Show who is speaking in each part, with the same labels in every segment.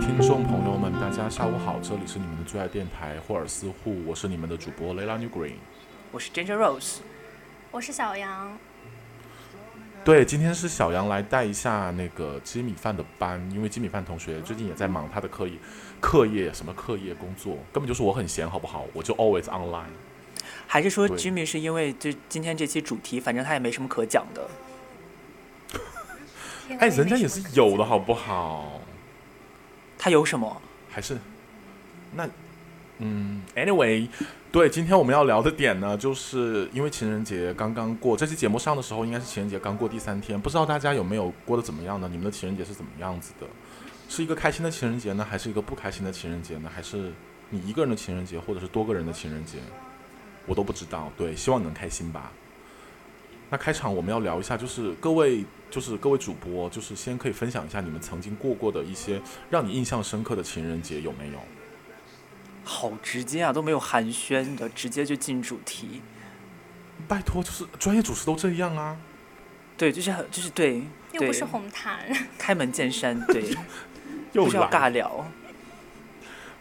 Speaker 1: 听众朋友们，大家下午好，这里是你们的最爱电台霍尔斯户，我是你们的主播 Layla New Green。
Speaker 2: 我是 Ginger Rose，
Speaker 3: 我是小杨，
Speaker 1: 对，今天是小杨来带一下那个鸡米饭的班，因为鸡米饭同学最近也在忙他的课业、课业什么课业工作，根本就是我很闲，好不好？我就 always online。
Speaker 2: 还是说
Speaker 1: 对
Speaker 2: Jimmy 是因为这今天这期主题，反正他也没什么可讲的。
Speaker 1: 哎，人家也是有的，好不好？
Speaker 2: 他有什么？
Speaker 1: 还是那嗯，anyway，对，今天我们要聊的点呢，就是因为情人节刚刚过，这期节目上的时候应该是情人节刚过第三天，不知道大家有没有过得怎么样呢？你们的情人节是怎么样子的？是一个开心的情人节呢，还是一个不开心的情人节呢？还是你一个人的情人节，或者是多个人的情人节？我都不知道。对，希望你能开心吧。那开场我们要聊一下，就是各位，就是各位主播，就是先可以分享一下你们曾经过过的一些让你印象深刻的情人节有没有？
Speaker 2: 好直接啊，都没有寒暄的，直接就进主题。
Speaker 1: 拜托，就是专业主持都这样啊！
Speaker 2: 对，就是很，就是对，
Speaker 3: 又不
Speaker 2: 对
Speaker 3: 是红毯，
Speaker 2: 开门见山，对，
Speaker 1: 又
Speaker 2: 不需要
Speaker 1: 来
Speaker 3: 啊
Speaker 2: 尬聊。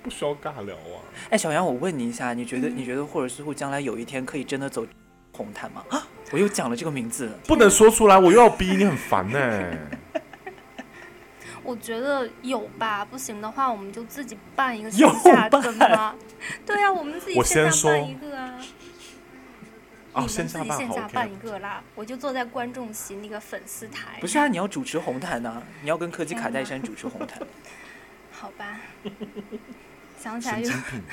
Speaker 1: 不需要尬聊啊！
Speaker 2: 哎，小杨，我问你一下，你觉
Speaker 3: 嗯
Speaker 2: 得你觉得霍尔斯户将来有一天可以真的走红毯吗？啊，我又讲了这个名字，
Speaker 1: 不能说出来，我又要逼你，很烦呢、
Speaker 3: 我觉得有吧，不行的话我们就自己办一个
Speaker 2: 有
Speaker 3: 线下
Speaker 2: 办
Speaker 3: 的嘛。对啊，我们自己
Speaker 1: 我
Speaker 3: 线
Speaker 1: 先
Speaker 3: 下
Speaker 1: 说
Speaker 3: 办一个啊，你
Speaker 1: 啊，
Speaker 3: 们
Speaker 1: 线
Speaker 3: 自
Speaker 1: 下
Speaker 3: 己
Speaker 1: 办
Speaker 3: 线
Speaker 1: 好
Speaker 3: 下办一
Speaker 1: OK。
Speaker 3: 个啦，我就坐在观众席那个粉丝台。
Speaker 2: 不是啊，你要主持红毯呐、你要跟科技卡戴珊主持红 毯。
Speaker 3: 好 吧，想起来
Speaker 1: 神
Speaker 3: 就
Speaker 1: 经病！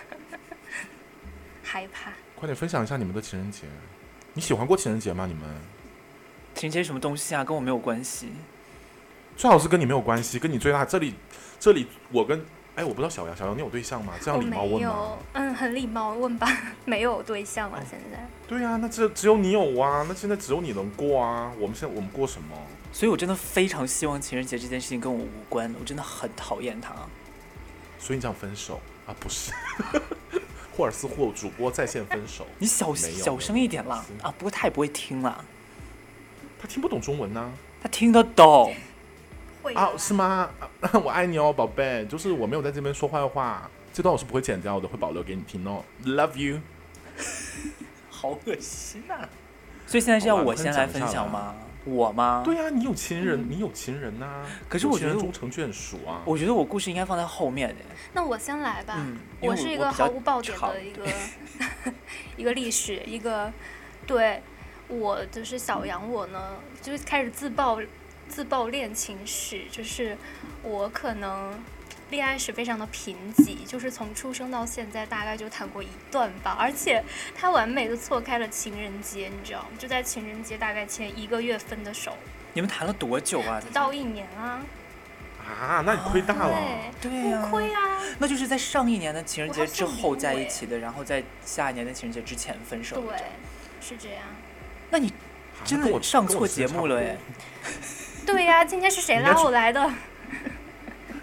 Speaker 3: 害怕。
Speaker 1: 快点分享一下你们的情人节，你喜欢过情人节吗？你们
Speaker 2: 情人节什么东西啊，跟我没有关系。
Speaker 1: 最好是跟你没有关系，跟你最大这里这里我跟哎，我不知道小杨，小杨你有对象吗？这
Speaker 3: 我
Speaker 1: 样礼貌
Speaker 3: 没
Speaker 1: 问
Speaker 3: 有
Speaker 1: 吗？，
Speaker 3: 嗯，很礼貌问吧， 没有对象了，现在
Speaker 1: 对啊，那这只有你有啊，那现在只有你能过啊。我们现在我们过什么？
Speaker 2: 所以我真的非常希望情人节这件事情跟我无关，我真的很讨厌它。
Speaker 1: 所以你想分手啊？不是， 霍尔斯霍主播在线分手，
Speaker 2: 你小
Speaker 1: 没有
Speaker 2: 小声一点啦
Speaker 1: 没有没有
Speaker 2: 啊！不过他也不会听啦，
Speaker 1: 他听不懂中文呐、
Speaker 2: 他听得 懂。
Speaker 3: 会
Speaker 1: 啊，
Speaker 3: 的
Speaker 1: 是吗？ 啊我爱你哦，宝贝。就是我没有在这边说坏话，这段我是不会剪掉的，会保留给你听哦。Love you。
Speaker 2: 好恶心啊！所以现在是要我先来分享吗？我
Speaker 1: 啊
Speaker 2: 吗？，
Speaker 1: 对啊，你有情人，你有情人呐、
Speaker 2: 嗯可是
Speaker 1: 有
Speaker 2: 我
Speaker 1: 情
Speaker 2: 觉得
Speaker 1: 人
Speaker 2: 我
Speaker 1: 终成眷属啊。
Speaker 2: 我觉得我故事应该放在后面的。
Speaker 3: 那我先来吧，
Speaker 2: 嗯因为
Speaker 3: 我
Speaker 2: 我
Speaker 3: 是一
Speaker 2: 我
Speaker 3: 个
Speaker 2: 比较
Speaker 3: 毫无爆点
Speaker 2: 长
Speaker 3: 的一个 一个历史，一个对我就是小杨我呢，就是开始自曝自曝恋情史，就是我可能恋爱史非常的贫瘠，就是从出生到现在大概就谈过一段吧，而且他完美的错开了情人节，你知道吗？就在情人节大概前一个月分的手，
Speaker 2: 你们谈了多久啊
Speaker 3: 不？到一年啊，
Speaker 1: 啊，那你亏大了。
Speaker 2: 哦
Speaker 3: 对，
Speaker 2: 对呀、
Speaker 3: 不亏啊，
Speaker 2: 那就是在上一年的情人
Speaker 3: 我
Speaker 2: 节
Speaker 3: 还送
Speaker 2: 之后
Speaker 3: 礼物
Speaker 2: 在
Speaker 3: 哎
Speaker 2: 一起的，然后在下一年的情人节之前分手
Speaker 3: 对
Speaker 2: 的。，
Speaker 3: 是这样。
Speaker 2: 那你
Speaker 1: 啊
Speaker 2: 真
Speaker 1: 跟我
Speaker 2: 的上
Speaker 1: 跟我
Speaker 2: 错
Speaker 1: 时间
Speaker 2: 节
Speaker 1: 差不
Speaker 2: 目了
Speaker 1: 多
Speaker 2: 哎！
Speaker 3: 对呀、今天是谁
Speaker 1: 你要
Speaker 3: 拉
Speaker 1: 去
Speaker 3: 我来的？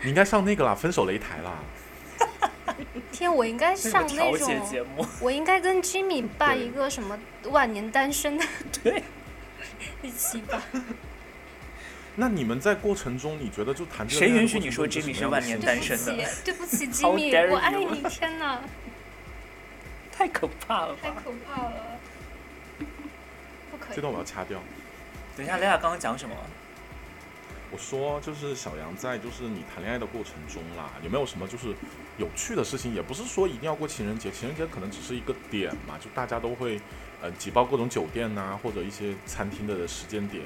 Speaker 1: 你应该上那个啦，分手擂台啦。
Speaker 3: 天，我应该
Speaker 2: 是
Speaker 3: 上
Speaker 2: 哎调
Speaker 3: 那
Speaker 2: 解节
Speaker 3: 种，
Speaker 2: 目，
Speaker 3: 我应该跟 Jimmy 办一个什么万年单身的
Speaker 2: 对，
Speaker 3: 一期吧。
Speaker 1: 那你们在过程中，你觉得就谈这个
Speaker 2: 谁
Speaker 1: 恋爱的
Speaker 2: 允许
Speaker 1: 过
Speaker 2: 你
Speaker 1: 程中
Speaker 2: 说
Speaker 1: 有
Speaker 2: Jimmy
Speaker 1: 什
Speaker 2: 是
Speaker 1: 么样
Speaker 2: 万
Speaker 1: 的
Speaker 2: 年
Speaker 1: 心
Speaker 2: 单
Speaker 1: 情
Speaker 2: 身的
Speaker 3: 对不起
Speaker 2: How dare
Speaker 3: ，Jimmy，我爱
Speaker 2: you
Speaker 3: 你！天哪，
Speaker 2: 太可怕了
Speaker 3: 太
Speaker 2: 吧！
Speaker 3: 可怕了，不可
Speaker 1: 这
Speaker 3: 以。
Speaker 1: 段我要掐掉。
Speaker 2: 等一下，雷亚刚刚讲什么？
Speaker 1: 我说，就是小杨在就是你谈恋爱的过程中啦，有没有什么就是有趣的事情？也不是说一定要过情人节，情人节可能只是一个点嘛，就大家都会呃挤爆各种酒店呐、或者一些餐厅的时间点。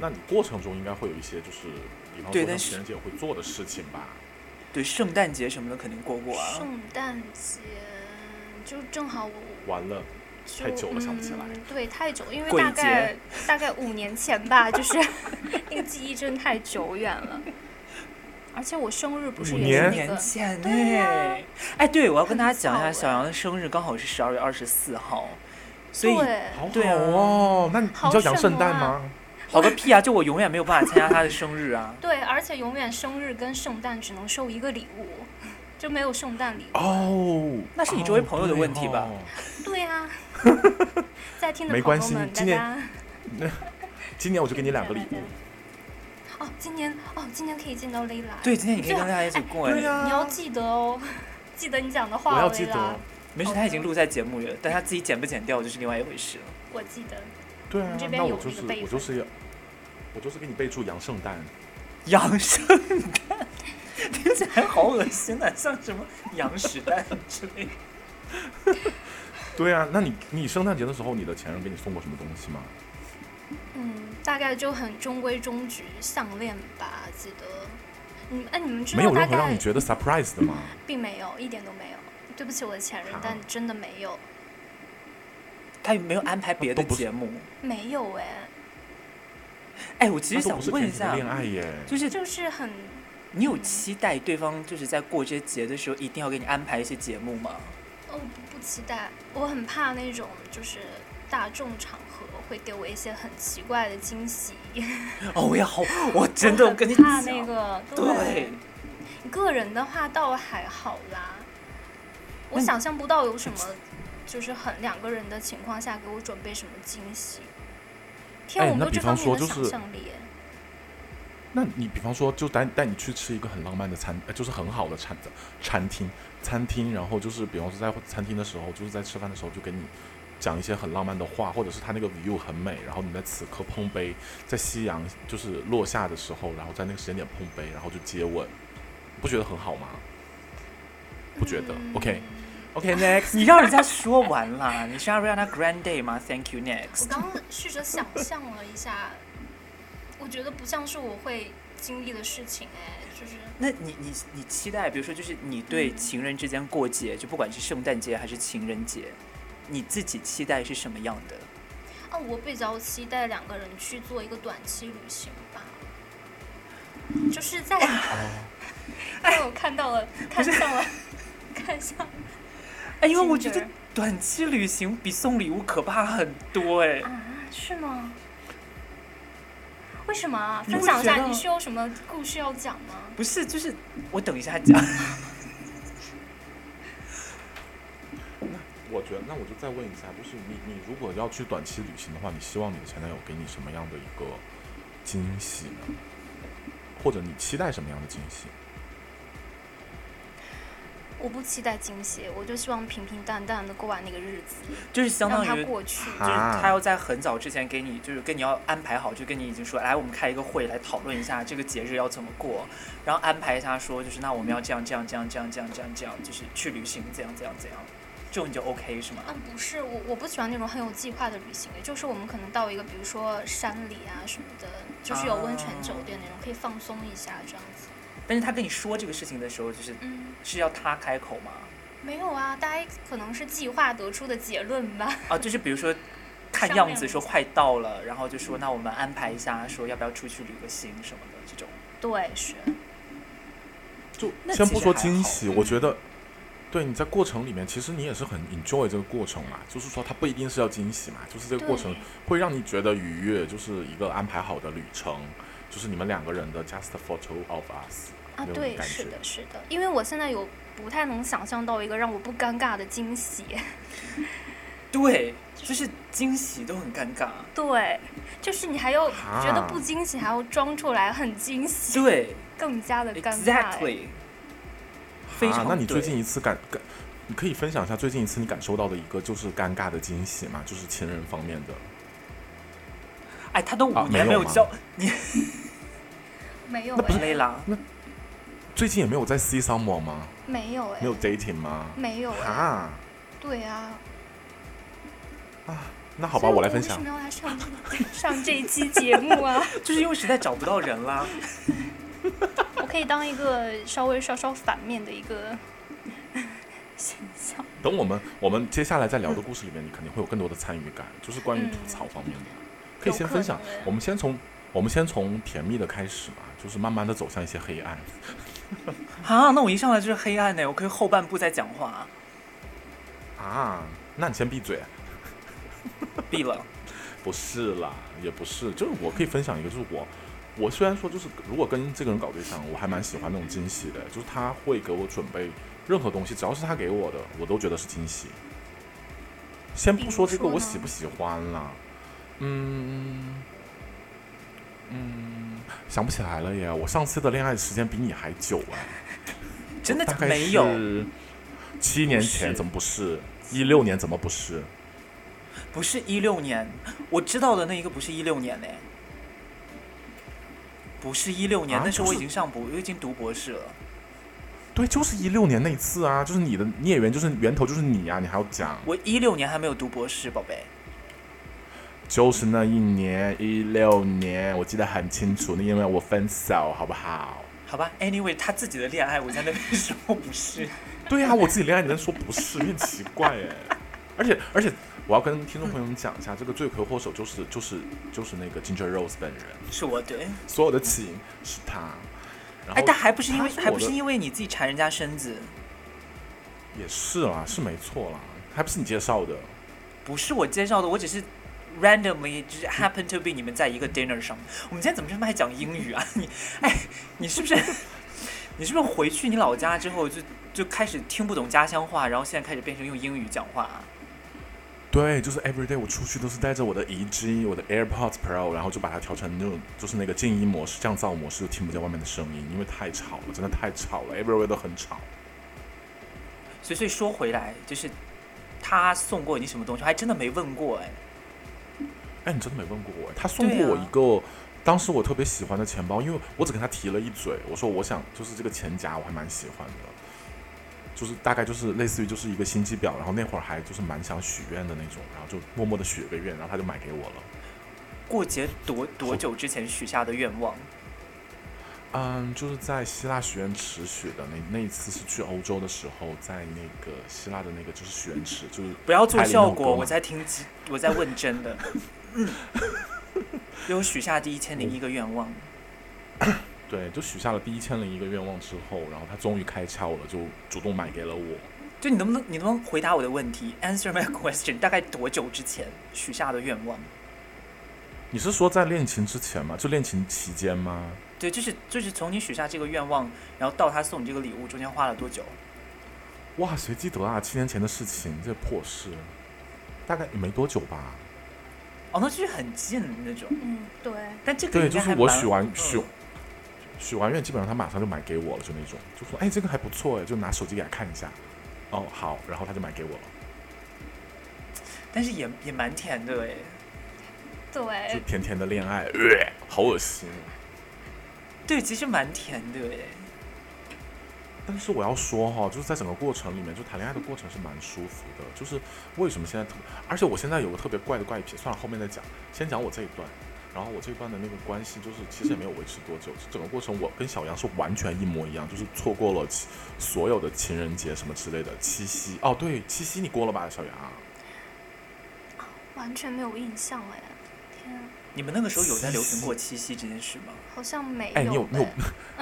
Speaker 1: 那你过程中应该会有一些就是，比方
Speaker 2: 对
Speaker 1: 说像
Speaker 2: 但是
Speaker 1: 情人节会做的事情吧？
Speaker 2: 对，圣诞节什么的肯定过过啊。
Speaker 3: 圣诞节就正好我
Speaker 1: 完了，
Speaker 3: 就
Speaker 1: 太久了想不起来
Speaker 3: 嗯对，太久，因为
Speaker 2: 鬼
Speaker 3: 大
Speaker 2: 节
Speaker 3: 概大概五年前吧， 就是那个记忆真太久远了。而且我生日不是
Speaker 1: 五
Speaker 3: 也是那
Speaker 2: 年
Speaker 3: 个
Speaker 2: 前呢、
Speaker 3: 对呀
Speaker 2: 哎，对，我要跟大家讲一
Speaker 3: 很
Speaker 2: 下，
Speaker 3: 早哎
Speaker 2: 小杨的生日刚好是十二月二十四号，所以
Speaker 3: 对。
Speaker 1: 好
Speaker 2: 对啊
Speaker 1: 好哦，那你
Speaker 3: 好
Speaker 1: 你叫杨圣诞
Speaker 3: 什么。
Speaker 1: 吗？
Speaker 2: 好个屁啊！就我永远没有办法参加他的生日啊
Speaker 3: 对，而且永远生日跟圣诞只能收一个礼物，就没有圣诞礼物。
Speaker 1: 哦，
Speaker 2: 那是你周围朋友的
Speaker 1: 哦对
Speaker 2: 问题吧
Speaker 1: 哦
Speaker 3: 对 呀、在听的
Speaker 1: 没
Speaker 3: 朋
Speaker 1: 关
Speaker 3: 友
Speaker 1: 系
Speaker 3: 们，大
Speaker 1: 今年
Speaker 3: 家
Speaker 1: 今年我就给你两个礼物。
Speaker 3: 哦，今年哦，今年可以见到蕾拉。
Speaker 2: 对，今天你可以跟大家一起过
Speaker 1: 对
Speaker 2: 哎，
Speaker 1: 呀、
Speaker 3: 你要记得哦，记得你讲的
Speaker 1: 我
Speaker 3: 话，
Speaker 1: 要
Speaker 3: 蕾
Speaker 1: 记
Speaker 3: 拉
Speaker 1: 得，，哦
Speaker 2: 没事，他已经录在节目里了，但他自己剪不剪掉就是另外一回事了。
Speaker 3: 我记得。
Speaker 1: 对啊
Speaker 3: 你这，边
Speaker 1: 那
Speaker 3: 有
Speaker 1: 我就
Speaker 3: 那个
Speaker 1: 是
Speaker 3: 备
Speaker 1: 我
Speaker 3: 份
Speaker 1: 就是要，我就是给你备注杨圣诞，
Speaker 2: 羊圣诞，听起来好恶心啊，像什么羊屎蛋之类的。
Speaker 1: 对啊，那你你圣诞节的时候，你的前任给你送过什么东西吗？
Speaker 3: 嗯，大概就很中规中矩，项链吧，记得。嗯，哎，你们知
Speaker 1: 没
Speaker 3: 道
Speaker 1: 有
Speaker 3: 大
Speaker 1: 任何
Speaker 3: 概
Speaker 1: 让你觉得 surprise 的吗？
Speaker 3: 并没有，一点都没有。对不起，我的前任
Speaker 1: 好，
Speaker 3: 但真的没有，
Speaker 2: 他有没有安排别
Speaker 1: 都
Speaker 2: 的
Speaker 1: 不是
Speaker 2: 节目？
Speaker 3: 没有哎，
Speaker 2: 哎，我其实
Speaker 1: 那都
Speaker 2: 想
Speaker 1: 不是
Speaker 2: 问一
Speaker 1: 甜甜的，
Speaker 2: 下
Speaker 1: 恋爱耶，
Speaker 2: 就是
Speaker 3: 就是很
Speaker 2: 你有期待对方就是在过这些节的时候一定要给你安排一些节目吗？
Speaker 3: 哦，不不期待，我很怕那种就是大众场合会给我一些很奇怪的惊喜。
Speaker 2: 哦，我也好，我真的
Speaker 3: 我
Speaker 2: 我跟你
Speaker 3: 很怕
Speaker 2: 讲，
Speaker 3: 那个，
Speaker 2: 对，
Speaker 3: 个人的话倒还好啦，我
Speaker 2: 那你
Speaker 3: 想象不到有什么，就是很两个人的情况下给我准备什么惊喜。天，
Speaker 1: 哎
Speaker 3: 我没
Speaker 1: 那
Speaker 3: 有
Speaker 1: 比
Speaker 3: 这
Speaker 1: 方
Speaker 3: 方面
Speaker 1: 说
Speaker 3: 的
Speaker 1: 就是
Speaker 3: 想象力耶。
Speaker 1: 那你比方说，就带带你去吃一个很浪漫的餐，呃就是很好的餐餐厅餐厅，然后就是比方说在餐厅的时候，就是在吃饭的时候就给你讲一些很浪漫的话，或者是他那个 view 很美，然后你在此刻碰杯，在夕阳就是落下的时候，然后在那个时间点碰杯，然后就接吻，不觉得很好吗？不觉得、
Speaker 3: 嗯
Speaker 1: o k OK next，
Speaker 2: 你让人家说完啦， 你是要让他 Grand Day 吗？Thank you
Speaker 3: 我
Speaker 2: next。
Speaker 3: 刚刚试着想象了一下，我觉得不像是我会经历的事情哎，就是
Speaker 2: 那你你你期待，比如说就是你对情人之间过节，就不管是圣诞节还是情人节，你自己期待是什么样的？
Speaker 3: 啊，我比较期待两个人去做一个短期旅行吧，就是在， 哎，我看到了，看上了，看上了
Speaker 2: 哎，因为我觉
Speaker 3: Tinder
Speaker 2: 得短期旅行比送礼物可怕很多哎、
Speaker 3: 啊，是吗？为什么啊？
Speaker 2: 你
Speaker 3: 分
Speaker 2: 会
Speaker 3: 享一
Speaker 2: 觉
Speaker 3: 下，
Speaker 2: 得
Speaker 3: 你是有什么故事要讲吗？
Speaker 2: 不是，就是我等一下 讲。
Speaker 1: 我觉得，那我就再问一下，就是你你如果要去短期旅行的话，你希望你的前男友给你什么样的一个惊喜呢？或者你期待什么样的惊喜？
Speaker 3: 我不期待惊喜，我就希望平平淡淡的过完那个日子，
Speaker 2: 就是相当
Speaker 3: 让
Speaker 2: 于就
Speaker 3: 它
Speaker 2: 是
Speaker 3: 过去。
Speaker 1: 啊
Speaker 2: 他要在很早之前给你，就是跟你要安排好，就跟你已经说，来我们开一个会来讨论一下这个节日要怎么过，然后安排一下说，就是那我们要这样这样这样这样这样这样这样，就是去旅行怎样怎样怎样，这种你就 OK 是吗？
Speaker 3: 嗯，不是，我我不喜欢那种很有计划的旅行，也就是我们可能到一个，比如说山里啊什么的，就是有温泉
Speaker 1: 啊
Speaker 3: 酒店那种，可以放松一下这样子。
Speaker 2: 但是他跟你说这个事情的时候，就是
Speaker 3: 嗯，
Speaker 2: 是要他开口吗？
Speaker 3: 没有啊，大家可能是计划得出的结论吧。
Speaker 2: 啊，就是比如说。看
Speaker 3: 商量
Speaker 2: 样子
Speaker 3: 一
Speaker 2: 说
Speaker 3: 下
Speaker 2: 快到了，然后就
Speaker 3: 嗯
Speaker 2: 说那我们安排一下，说要不要出去旅个行什么的这种。
Speaker 3: 对，是。
Speaker 1: 就
Speaker 2: 那
Speaker 1: 先
Speaker 2: 其
Speaker 1: 不
Speaker 2: 实
Speaker 1: 说
Speaker 2: 还
Speaker 1: 惊
Speaker 2: 好嗯
Speaker 1: 喜，我觉得，对你在过程里面，其实你也是很 enjoy 这个过程嘛。就是说，它不一定是要惊喜嘛，就是这个过程
Speaker 3: 对
Speaker 1: 会让你觉得愉悦，就是一个安排好的旅程，就是你们两个人的 just a photo of us。
Speaker 3: 啊
Speaker 1: 那，种
Speaker 3: 对，
Speaker 1: 感
Speaker 3: 是
Speaker 1: 觉
Speaker 3: 的，是的，因为我现在有不太能想象到一个让我不尴尬的惊喜。
Speaker 2: 对，就是惊喜都很尴尬。
Speaker 3: 对，就是你还要觉得
Speaker 1: 啊
Speaker 3: 不惊喜，还要装出来很惊喜，
Speaker 2: 对
Speaker 3: 更加的尴尬哎。
Speaker 2: ，exactly。非常
Speaker 1: 啊。那你最
Speaker 2: 对
Speaker 1: 近一次感感，你可以分享一下最近一次你感受到的一个就是尴尬的惊喜嘛，就是情人方面的。
Speaker 2: 哎，他都
Speaker 1: 啊
Speaker 2: 五
Speaker 1: 没有
Speaker 2: 年没有
Speaker 1: 吗
Speaker 2: 交你
Speaker 3: 没有
Speaker 1: 那不是
Speaker 3: 哎，
Speaker 2: 累啦，
Speaker 1: 最近也没有在 see someone 吗？
Speaker 3: 没有哎
Speaker 1: 没，有 dating 吗？
Speaker 3: 没有哎，
Speaker 1: 啊，
Speaker 3: 对啊。
Speaker 1: 那好吧，我来分享
Speaker 3: 所以。我为什么要来上这 上这一期节目啊？
Speaker 2: 就是因为实在找不到人啦。
Speaker 3: 我可以当一个稍微稍稍反面的一个形象。
Speaker 1: 等我们我们接下来再聊的故事里面，你肯定会有更多的参与感，就是关于
Speaker 3: 嗯
Speaker 1: 吐槽方面的，可以
Speaker 3: 有
Speaker 1: 先
Speaker 3: 可
Speaker 1: 分享
Speaker 3: 能的。
Speaker 1: 我们先从我们先从甜蜜的开始嘛，就是慢慢的走向一些黑暗。
Speaker 2: 啊，那我一上来就是黑暗呢，我可以后半部再讲话啊，
Speaker 3: 嗯
Speaker 1: 啊，那你先闭嘴。啊
Speaker 2: 闭了。
Speaker 1: 不是啦，也不是，就是我可以分享一个，就是我，我虽然说就是如果跟这个人搞对象，我还蛮喜欢那种惊喜的，就是他会给我准备任何东西，只要是他给我的，我都觉得是惊喜。先不说这个
Speaker 3: 比如说呢
Speaker 1: 我喜不喜欢啦，嗯，嗯，想不起来了耶。我上次的恋爱时间比你还久 哎，
Speaker 2: 真的
Speaker 1: 大概
Speaker 2: 没有，
Speaker 1: 是七年前
Speaker 2: 是
Speaker 1: 怎么不是？一六年怎么不是？
Speaker 2: 不是一六年，我知道的那一个不是一六年呢、不是一六年，
Speaker 1: 啊
Speaker 2: 那时
Speaker 1: 不
Speaker 2: 候我
Speaker 1: 是
Speaker 2: 已经上博，我已经读博士了。
Speaker 1: 对，就是一六年那一次啊，就是你的孽缘，就是源头就是你啊，你还要讲，
Speaker 2: 我一六年还没有读博士，宝贝。
Speaker 1: 就是那一年一六年，我记得很清楚，那因为我分手，好不好？
Speaker 2: 好吧，anyway，他自己的恋爱，我在那边 说不是。
Speaker 1: 对呀、我自己恋爱你在说不是，你很奇怪哎。 而且而且，我要跟听众朋友们讲一下，这个罪魁祸首就是就是就是那个 Ginger Rose 本人，
Speaker 2: 是我对，
Speaker 1: 所有的起因是他。然后
Speaker 2: 哎，但还不是因为
Speaker 1: 他
Speaker 2: 还不是
Speaker 1: 我的
Speaker 2: 因为你自己缠人家身子，
Speaker 1: 也是啦，是没错啦，还不是你介绍的。
Speaker 2: 不是我介绍的，我只是 randomly 就是 happen to be 你们在一个 dinner 上面。我们今天怎么这么爱讲英语啊？ 你，哎，你是不 是你是不是回去你老家之后就就开始听不懂家乡话，然后现在开始变成用英语讲话、啊？
Speaker 1: 对，就是 every day 我出去都是带着我的移机，我的 AirPods Pro，然后就把它调成那种就是那个静音模式、降噪模式，就听不见外面的声音，因为太吵了，真的太吵了，everywhere 都很吵。
Speaker 2: 所以所以说回来就是他送过你什么东西，我还真的没问过哎。
Speaker 1: 哎，你真的没问过我？他送
Speaker 2: 对
Speaker 1: 过我
Speaker 2: 啊
Speaker 1: 一个，当时我特别喜欢的钱包，因为我只跟他提了一嘴，我说我想就是这个钱夹，我还蛮喜欢的，就是大概就是类似于就是一个心机婊，然后那会儿还就是蛮想许愿的那种，然后就默默的许了个愿，然后他就买给我了。
Speaker 2: 过节多多久之前许下的愿望？
Speaker 1: 嗯，就是在希腊许愿池许的那那一次是去欧洲的时候，在那个希腊的那个就是许愿池，就是
Speaker 2: 不要做
Speaker 1: 海里
Speaker 2: 效
Speaker 1: 弄
Speaker 2: 果，
Speaker 1: 狗
Speaker 2: 我
Speaker 1: 嘛
Speaker 2: 在听机，我在问真的。有许下第一千零一个愿望，
Speaker 1: 对，就许下了第一千零一个愿望之后，然后他终于开窍了，就主动买给了我。
Speaker 2: 就你能不能你能不能回答我的问题？Answer my question，大概多久之前许下的愿望？
Speaker 1: 你是说在恋情之前吗？就恋情期间吗？
Speaker 2: 对，就是就是从你许下这个愿望，然后到他送你这个礼物中间花了多久？
Speaker 1: 哇，谁记得啊？七年前的事情，这破事，大概也没多久吧。
Speaker 2: 哦，那就是很近那种。
Speaker 3: 嗯，对，
Speaker 2: 但这个
Speaker 1: 对，
Speaker 2: 应该
Speaker 1: 就是
Speaker 2: 还
Speaker 1: 我
Speaker 2: 蛮
Speaker 1: 许完
Speaker 2: 嗯
Speaker 1: 许许完愿，基本上他马上就买给我了，就那种，就说哎，这个还不错哎，就拿手机给他看一下。哦，好，然后他就买给我了。
Speaker 2: 但是也也蛮甜的哎。
Speaker 1: 就
Speaker 3: 对，
Speaker 1: 甜甜的恋爱，呃、好恶心。
Speaker 2: 对，其实蛮甜的哎。
Speaker 1: 但是我要说哈、就是在整个过程里面，就谈恋爱的过程是蛮舒服的。就是为什么现在特，而且我现在有个特别怪的怪癖，算了，后面再讲。先讲我这一段，然后我这一段的那个关系，就是其实也没有维持多久。就整个过程，我跟小杨是完全一模一样，就是错过了其所有的情人节什么之类的。七夕哦，对，七夕你过了吧，小杨？
Speaker 3: 完全没有印象哎，天啊，
Speaker 2: 你们那个时候有在流行过七夕这件事吗？
Speaker 3: 好像没有
Speaker 1: 哎，
Speaker 3: 哎。
Speaker 1: 你有你有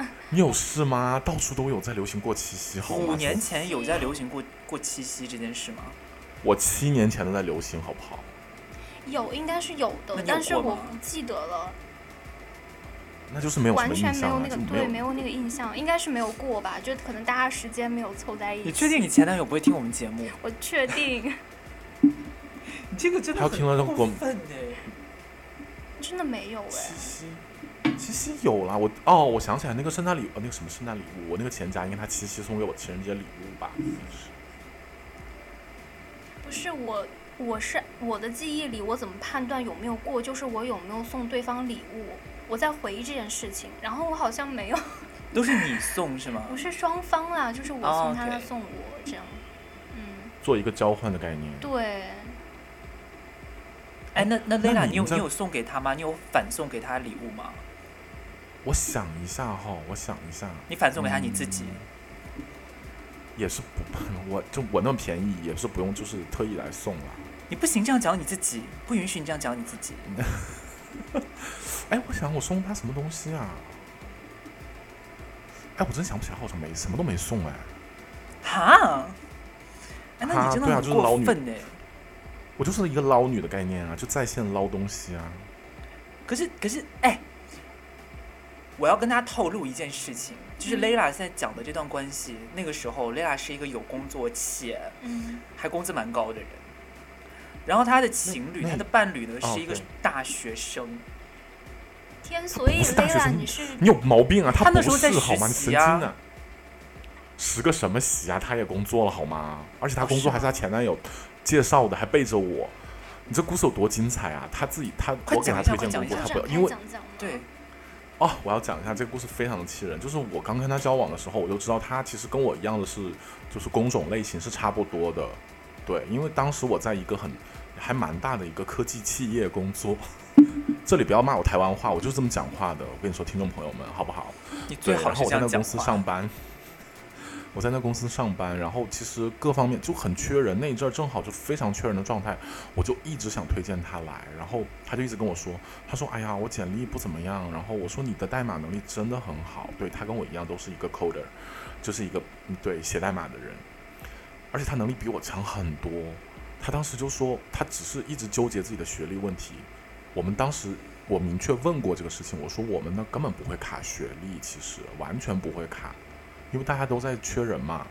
Speaker 1: 你有事吗？到处都有在流行过七夕，好吗？
Speaker 2: 五年前有在流行过过七夕这件事吗？
Speaker 1: 我七年前都在流行，好不好？
Speaker 3: 有应该是有
Speaker 2: 那
Speaker 3: 的，
Speaker 2: 你有
Speaker 3: 但是
Speaker 2: 过
Speaker 3: 我
Speaker 2: 吗
Speaker 3: 不记得了，
Speaker 1: 那就是没有什
Speaker 3: 完
Speaker 1: 么
Speaker 3: 全
Speaker 1: 印
Speaker 3: 没
Speaker 1: 象
Speaker 3: 有
Speaker 1: 啊，
Speaker 3: 那个
Speaker 1: 就没
Speaker 3: 对，
Speaker 1: 有
Speaker 3: 没有那个印象，应该是没有过吧？就可能大家时间没有凑在一起。
Speaker 2: 你确定？你前男友不会听我们节目？
Speaker 3: 我确定，
Speaker 2: 你这个真的
Speaker 1: 他
Speaker 2: 很
Speaker 1: 听了都
Speaker 2: 过
Speaker 1: 过
Speaker 2: 分哎！
Speaker 3: 真的没有
Speaker 1: 七
Speaker 3: 哎。
Speaker 1: 夕，七夕有啦。我哦，我想起来那个圣诞礼，呃，那个什么圣诞礼物，我那个钱夹应该他七夕送给我情人节礼物吧？应该是
Speaker 3: 不是我，我是我的记忆里，我怎么判断有没有过？就是我有没有送对方礼物，我在回忆这件事情。然后我好像没有，
Speaker 2: 都是你送是吗
Speaker 3: 不？是双方啦，就是我送他，
Speaker 2: 哦，OK
Speaker 3: 他送我这样。嗯，
Speaker 1: 做一个交换的概念。
Speaker 3: 对，
Speaker 2: 哎，那
Speaker 1: 那
Speaker 2: 那 Lena，
Speaker 1: 你
Speaker 2: 你有
Speaker 1: 们在嗯
Speaker 2: 你有送给他吗？你有反送给他礼物吗？
Speaker 1: 我想一下哈、我想一下，
Speaker 2: 你反送给他你自己？
Speaker 1: 也是不， 我就我那么便宜，也是不用就是特意来送啦。
Speaker 2: 你不行这样讲你自己，不允许你这样讲你自己。
Speaker 1: 哎，我想我送他什么东西啊？哎，我真想不起来，好像没什么都没送哎。
Speaker 2: 哈？哎，那
Speaker 1: 哈
Speaker 2: 你真的
Speaker 1: 对啊
Speaker 2: 很
Speaker 1: 就是老
Speaker 2: 过
Speaker 1: 女
Speaker 2: 分哎！
Speaker 1: 我就是一个捞女的概念啊，就在线捞东西啊。
Speaker 2: 可是可是，哎，我要跟大家透露一件事情，就是
Speaker 3: 嗯
Speaker 2: Layla 现在讲的这段关系，那个时候 Layla 是一个有工作且
Speaker 3: 嗯，
Speaker 2: 还工资蛮高的人，然后她的情侣，
Speaker 1: 那
Speaker 2: 她的伴侣呢
Speaker 1: 哦
Speaker 2: 是一个
Speaker 1: 对
Speaker 2: 大学生，
Speaker 3: 天，所以
Speaker 1: 不是大学
Speaker 3: Lela
Speaker 1: 生
Speaker 3: 你是
Speaker 1: 你有毛病啊！
Speaker 2: 他
Speaker 1: 不
Speaker 2: 那时候在
Speaker 1: 是好吗？你
Speaker 2: 实
Speaker 1: 神
Speaker 2: 习
Speaker 1: 经
Speaker 2: 啊
Speaker 1: 啊！十个什么席啊？他也工作了好吗？而且他
Speaker 2: 啊
Speaker 1: 工作还是他前男友介绍的，还背着我。你这故事有多精彩啊！他自己他
Speaker 2: 快
Speaker 1: 我给
Speaker 2: 讲
Speaker 1: 他
Speaker 2: 一下
Speaker 1: 推荐
Speaker 2: 快
Speaker 1: 工作，
Speaker 2: 讲
Speaker 1: 他
Speaker 2: 一
Speaker 1: 不
Speaker 3: 展
Speaker 1: 要，
Speaker 3: 开
Speaker 1: 因为
Speaker 3: 讲讲吗
Speaker 2: 对，
Speaker 1: 哦，我要讲一下这个故事非常的气人。就是我刚跟他交往的时候，我就知道他其实跟我一样的是，就是工种类型是差不多的。对，因为当时我在一个很还蛮大的一个科技企业工作。 这里不要骂我台湾话，我就是这么讲话的。我跟你说，听众朋友们，好不好？
Speaker 2: 你最
Speaker 1: 对，
Speaker 2: 好
Speaker 1: 然
Speaker 2: 是
Speaker 1: 后我
Speaker 2: 这
Speaker 1: 在
Speaker 2: 样
Speaker 1: 那
Speaker 2: 讲
Speaker 1: 公司
Speaker 2: 话。
Speaker 1: 上班，我在那公司上班，然后其实各方面就很缺人，那一阵儿正好就非常缺人的状态，我就一直想推荐他来，然后他就一直跟我说，他说：“哎呀，我简历不怎么样。”然后我说：“你的代码能力真的很好。对”他跟我一样都是一个 coder，就是一个嗯对写代码的人，而且他能力比我强很多。他当时就说，他只是一直纠结自己的学历问题。我们当时我明确问过这个事情，我说我们呢根本不会卡学历，其实完全不会卡，因为大家都在缺人嘛。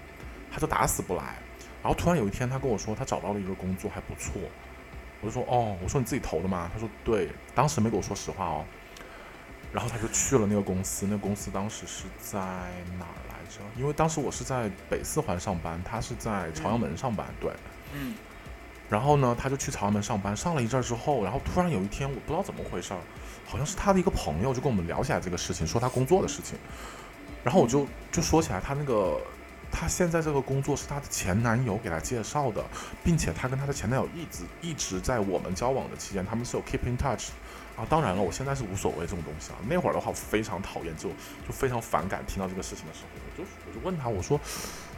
Speaker 1: 他就打死不来，然后突然有一天他跟我说他找到了一个工作还不错，我就说哦，我说你自己投的吗？他说对，当时没跟我说实话哦。然后他就去了那个公司，那个公司当时是在哪儿来着？因为当时我是在北四环上班，他是在朝阳门上班，对。
Speaker 2: 嗯，
Speaker 1: 然后呢，他就去朝阳门上班，上了一阵儿之后，然后突然有一天，我不知道怎么回事儿，好像是他的一个朋友就跟我们聊起来这个事情，说他工作的事情。然后我就 就说起来，他那个他现在这个工作是他的前男友给他介绍的，并且他跟他的前男友一直一直在我们交往的期间，他们是有 keep in touch 啊。当然了，我现在是无所谓这种东西啊。那会儿的话，我非常讨厌，就就非常反感听到这个事情的时候，我就我就问他，我说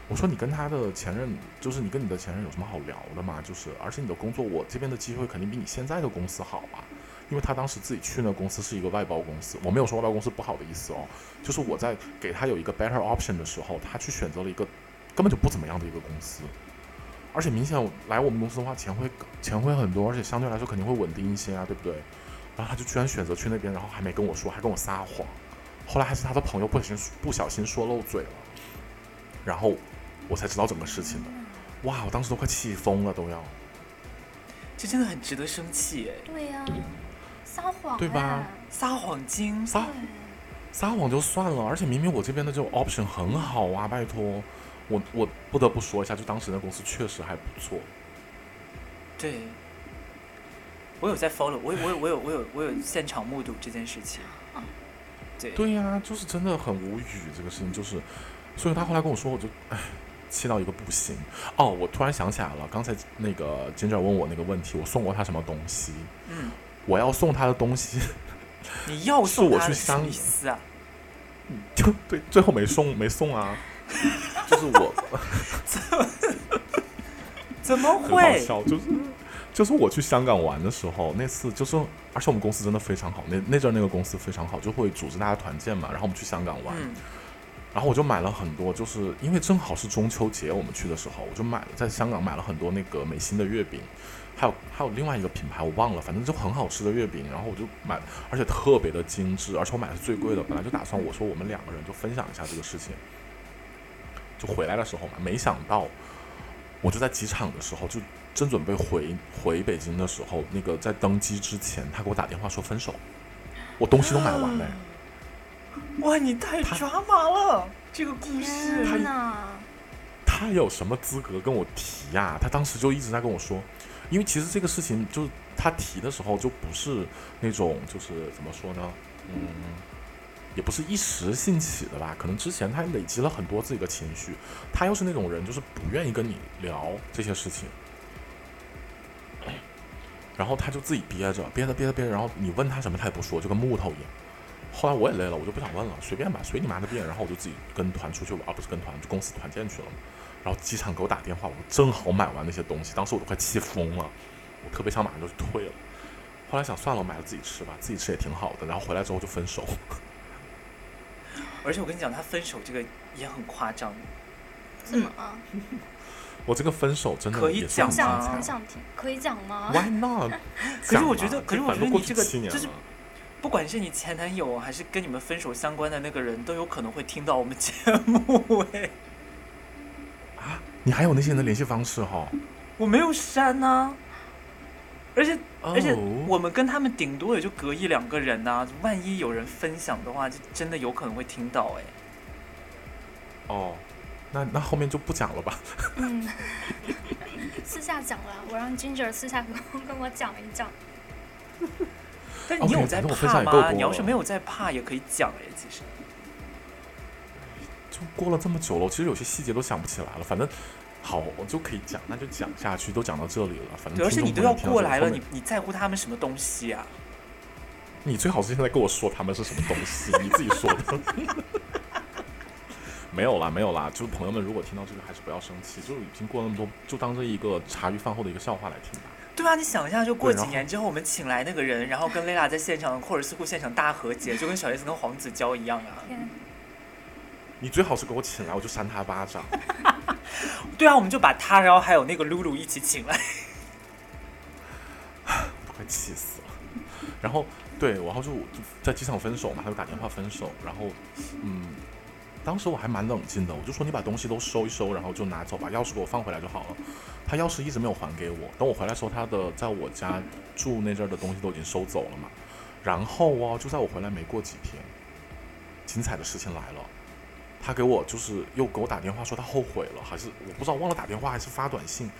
Speaker 1: 我说你跟他的前任，就是你跟你的前任有什么好聊的吗？就是，而且你的工作，我这边的机会肯定比你现在的公司好啊。因为他当时自己去那公司是一个外包公司，我没有说外包公司不好的意思哦，就是我在给他有一个 better option 的时候，他去选择了一个根本就不怎么样的一个公司，而且明显来我们公司的话，钱会钱会很多，而且相对来说肯定会稳定一些啊，对不对？然后他就居然选择去那边，然后还没跟我说，还跟我撒谎，后来还是他的朋友不小心不小心说漏嘴了，然后我才知道整个事情的。
Speaker 3: 嗯
Speaker 1: 哇，我当时都快气疯了，都要。
Speaker 2: 这真的很值得生气哎！
Speaker 3: 对呀、撒谎、哎，哎
Speaker 1: 对吧啊
Speaker 2: 撒谎精，
Speaker 1: 撒
Speaker 3: 对？
Speaker 1: 撒谎就算了，而且明明我这边的这种 option 很好啊，拜托，我我不得不说一下，就当时那公司确实还不错。
Speaker 2: 对。我有在 follow，我有我有我有我有我有现场目睹这件事情。对，
Speaker 1: 对呀、就是真的很无语，这个事情就是，所以他后来跟我说，我就唉，气到一个不行。哦，我突然想起来了，刚才那个 Ginger 问我那个问题，我送过他什么东西？
Speaker 2: 嗯，
Speaker 1: 我要送他的东西，
Speaker 2: 你要送
Speaker 1: 是我
Speaker 2: 他
Speaker 1: 去
Speaker 2: 的什
Speaker 1: 商
Speaker 2: 么
Speaker 1: 量
Speaker 2: 意思啊？
Speaker 1: 就对，最后没送，没送啊，就是我。
Speaker 2: 怎么
Speaker 1: 很好
Speaker 2: 会？
Speaker 1: 笑，就是就是我去香港玩的时候，那次就是，而且我们公司真的非常好，那那阵儿那个公司非常好，就会组织大家团建嘛，然后我们去香港玩，
Speaker 2: 嗯，
Speaker 1: 然后我就买了很多，就是因为正好是中秋节，我们去的时候，我就买了在香港买了很多那个美心的月饼，还有还有另外一个品牌我忘了，反正就很好吃的月饼，然后我就买，而且特别的精致，而且我买的是最贵的，本来就打算我说我们两个人就分享一下这个事情，就回来的时候嘛，没想到我就在机场的时候就正准备回回北京的时候，那个在登机之前，他给我打电话说分手，我东西都买完了。
Speaker 2: 哇，你太
Speaker 1: 他
Speaker 2: 抓马了，这个故事。
Speaker 1: 他
Speaker 3: 天哪！
Speaker 1: 嗯他有什么资格跟我提呀、他当时就一直在跟我说，因为其实这个事情就是他提的时候就不是那种就是怎么说呢，嗯，也不是一时兴起的吧，可能之前他累积了很多自己的情绪，他又是那种人就是不愿意跟你聊这些事情。然后他就自己憋着，憋着憋着憋着，然后你问他什么他也不说，就跟木头一样。后来我也累了，我就不想问了，随便吧，随你妈的便。然后我就自己跟团出去玩，啊不是跟团，就公司团建去了嘛。然后机场给我打电话，我正好买完那些东西，当时我都快气疯了，我特别想马上就退了。后来想算了，我买了自己吃吧，自己吃也挺好的。然后回来之后就分手，
Speaker 2: 而且我跟你讲，他分手这个也很夸张。
Speaker 3: 怎么啊？
Speaker 1: 嗯我这个分手真
Speaker 2: 可
Speaker 1: 的也
Speaker 2: 以
Speaker 1: 是很
Speaker 2: 讲
Speaker 3: 很
Speaker 1: 精
Speaker 2: 吗
Speaker 3: 想
Speaker 1: 彩
Speaker 3: 很。想听，可以讲吗？
Speaker 1: Why not？
Speaker 2: 可是
Speaker 1: 讲
Speaker 2: 我
Speaker 1: 吧
Speaker 2: 觉得可是我
Speaker 1: 反
Speaker 2: 觉
Speaker 1: 正
Speaker 2: 得
Speaker 1: 过
Speaker 2: 你
Speaker 1: 去
Speaker 2: 这个
Speaker 1: 七年
Speaker 2: 就是
Speaker 1: 了
Speaker 2: 不管是你前男友啊还是跟你们分手相关的那个人，都有可能会听到我们节目。哎，
Speaker 1: 你还有那些人的联系方式哈、
Speaker 2: 我没有删呢、啊而且嗯而且
Speaker 1: 哦
Speaker 2: 我们跟他们顶多也就隔一两个人呐、万一有人分享的话，就真的有可能会听到哎、
Speaker 1: 哦，那那后面就不讲了吧。
Speaker 3: 嗯， 私下讲了，我让 Ginger 私下跟我跟我讲一讲。
Speaker 2: 但
Speaker 1: 哦没
Speaker 2: 你有
Speaker 1: 有
Speaker 2: 在
Speaker 1: 反正我分享
Speaker 2: 怕
Speaker 1: 也够
Speaker 2: 吗？
Speaker 1: 多
Speaker 2: 你要是
Speaker 1: 了
Speaker 2: 没有在怕，也可以讲哎、其实
Speaker 1: 就过了这么久了，我其实有些细节都想不起来了。反正好，我就可以讲，那就讲下去，都讲到这里了。反
Speaker 2: 对，
Speaker 1: 正
Speaker 2: 而且
Speaker 1: 听
Speaker 2: 你
Speaker 1: 众
Speaker 2: 都
Speaker 1: 朋友嗯听到
Speaker 2: 要过
Speaker 1: 这里
Speaker 2: 来
Speaker 1: 后
Speaker 2: 了，
Speaker 1: 面
Speaker 2: 你你在乎他们什么东西啊？
Speaker 1: 你最好是现在跟我说他们是什么东西，你自己说的。 没有啦，没有啦，就是朋友们如果听到这个，还是不要生气，就是已经过了那么多，就当这一个茶余饭后的一个笑话来听吧。
Speaker 2: 对啊，你想一下，就过
Speaker 1: 对
Speaker 2: 几
Speaker 1: 然后
Speaker 2: 年之后，我们请来那个人，然后跟 Lila 在现场库尔斯库现场大和解，就跟小 S 跟黄子佼一样啊。
Speaker 3: 天，
Speaker 1: 你最好是给我请来，我就扇他巴掌。
Speaker 2: 对啊，我们就把他，然后还有那个露露一起请来。
Speaker 1: 快气死了。然后对，然后就就在机场分手嘛，他就打电话分手，然后嗯，当时我还蛮冷静的，我就说你把东西都收一收，然后就拿走吧，钥匙给我放回来就好了。他钥匙一直没有还给我，等我回来的时候，他的在我家住那阵儿的东西都已经收走了嘛。然后哦，就在我回来没过几天，精彩的事情来了。他给我就是又给我打电话说他后悔了，还是我不知道忘了打电话还是发短信，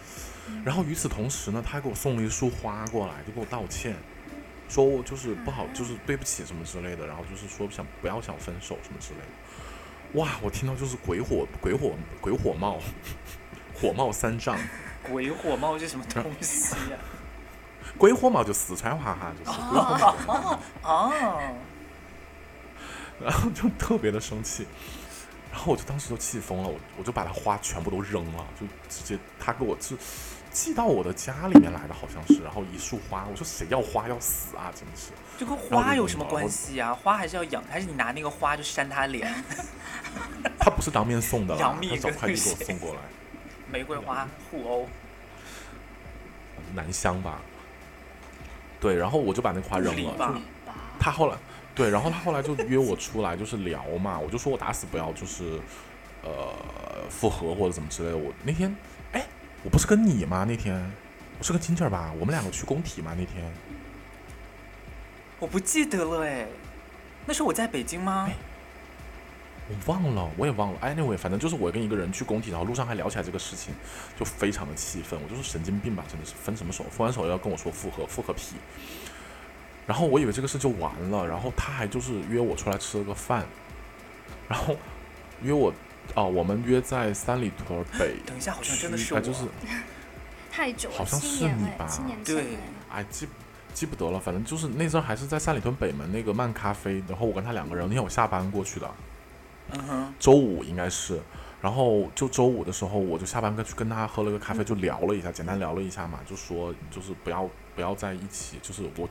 Speaker 1: 然后与此同时呢，他还给我送了一束花过来，就给我道歉，说我就是不好，就是对不起什么之类的，然后就是说想不要想分手什么之类的。哇，我听到就是鬼火鬼火鬼火冒， 火冒三丈，
Speaker 2: 鬼火猫是什么东西啊 呀、
Speaker 1: 鬼火冒就四川话哈，就是
Speaker 2: 哦
Speaker 1: 鬼火冒，
Speaker 2: 啊？哦，
Speaker 1: 然后就特别的生气。然后我就当时就气疯了，我我就把他花全部都扔了，就直接他给我是寄到我的家里面来的，好像是，然后一束花，我说谁要花要死啊，真的是。
Speaker 2: 就跟花有什么关系啊？花还是要养，还是你拿那个花就扇他脸？
Speaker 1: 他不是当面送的啦
Speaker 2: 杨，幂
Speaker 1: 他找
Speaker 2: 跟
Speaker 1: 快递给我
Speaker 2: 谁
Speaker 1: 送 过来，
Speaker 2: 玫瑰花互殴，
Speaker 1: 南湘吧。对，然后我就把那个花扔
Speaker 2: 不理
Speaker 1: 了。
Speaker 2: 吧
Speaker 1: 就他后来，对，然后他后来就约我出来，就是聊嘛，我就说我打死不要，就是呃复合或者怎么之类的。我那天，哎，我不是跟你吗？那天我是跟金儿吧，我们两个去工体嘛那天。
Speaker 2: 我不记得了哎。那时候我在北京吗？
Speaker 1: 我忘了，我也忘了。Anyway，反正就是我跟一个人去工体，然后路上还聊起来这个事情，就非常的气愤。我就说神经病吧，真的是分什么手？分完手要跟我说复合，复合屁。然后我以为这个事就完了，然后他还就是约我出来吃了个饭，然后约我啊、我们约在三里屯北
Speaker 2: 等一下，好像
Speaker 1: 区，
Speaker 2: 真的是
Speaker 1: 哎
Speaker 2: 我。
Speaker 1: 就是
Speaker 3: 太久了，
Speaker 1: 好像
Speaker 3: 七
Speaker 1: 是
Speaker 3: 年
Speaker 1: 你
Speaker 3: 哎，
Speaker 1: 吧
Speaker 3: 七年前
Speaker 2: 对
Speaker 3: 哎
Speaker 1: 哎记记不得了，反正就是那阵儿还是在三里屯北门那个漫咖啡，然后我跟他两个人，那天我下班过去的，
Speaker 2: 嗯哼，
Speaker 1: 周五应该是，然后就周五的时候，我就下班跟去跟他喝了个咖啡，就聊了一下，简单聊了一下嘛，就说就是不要不要在一起，就是我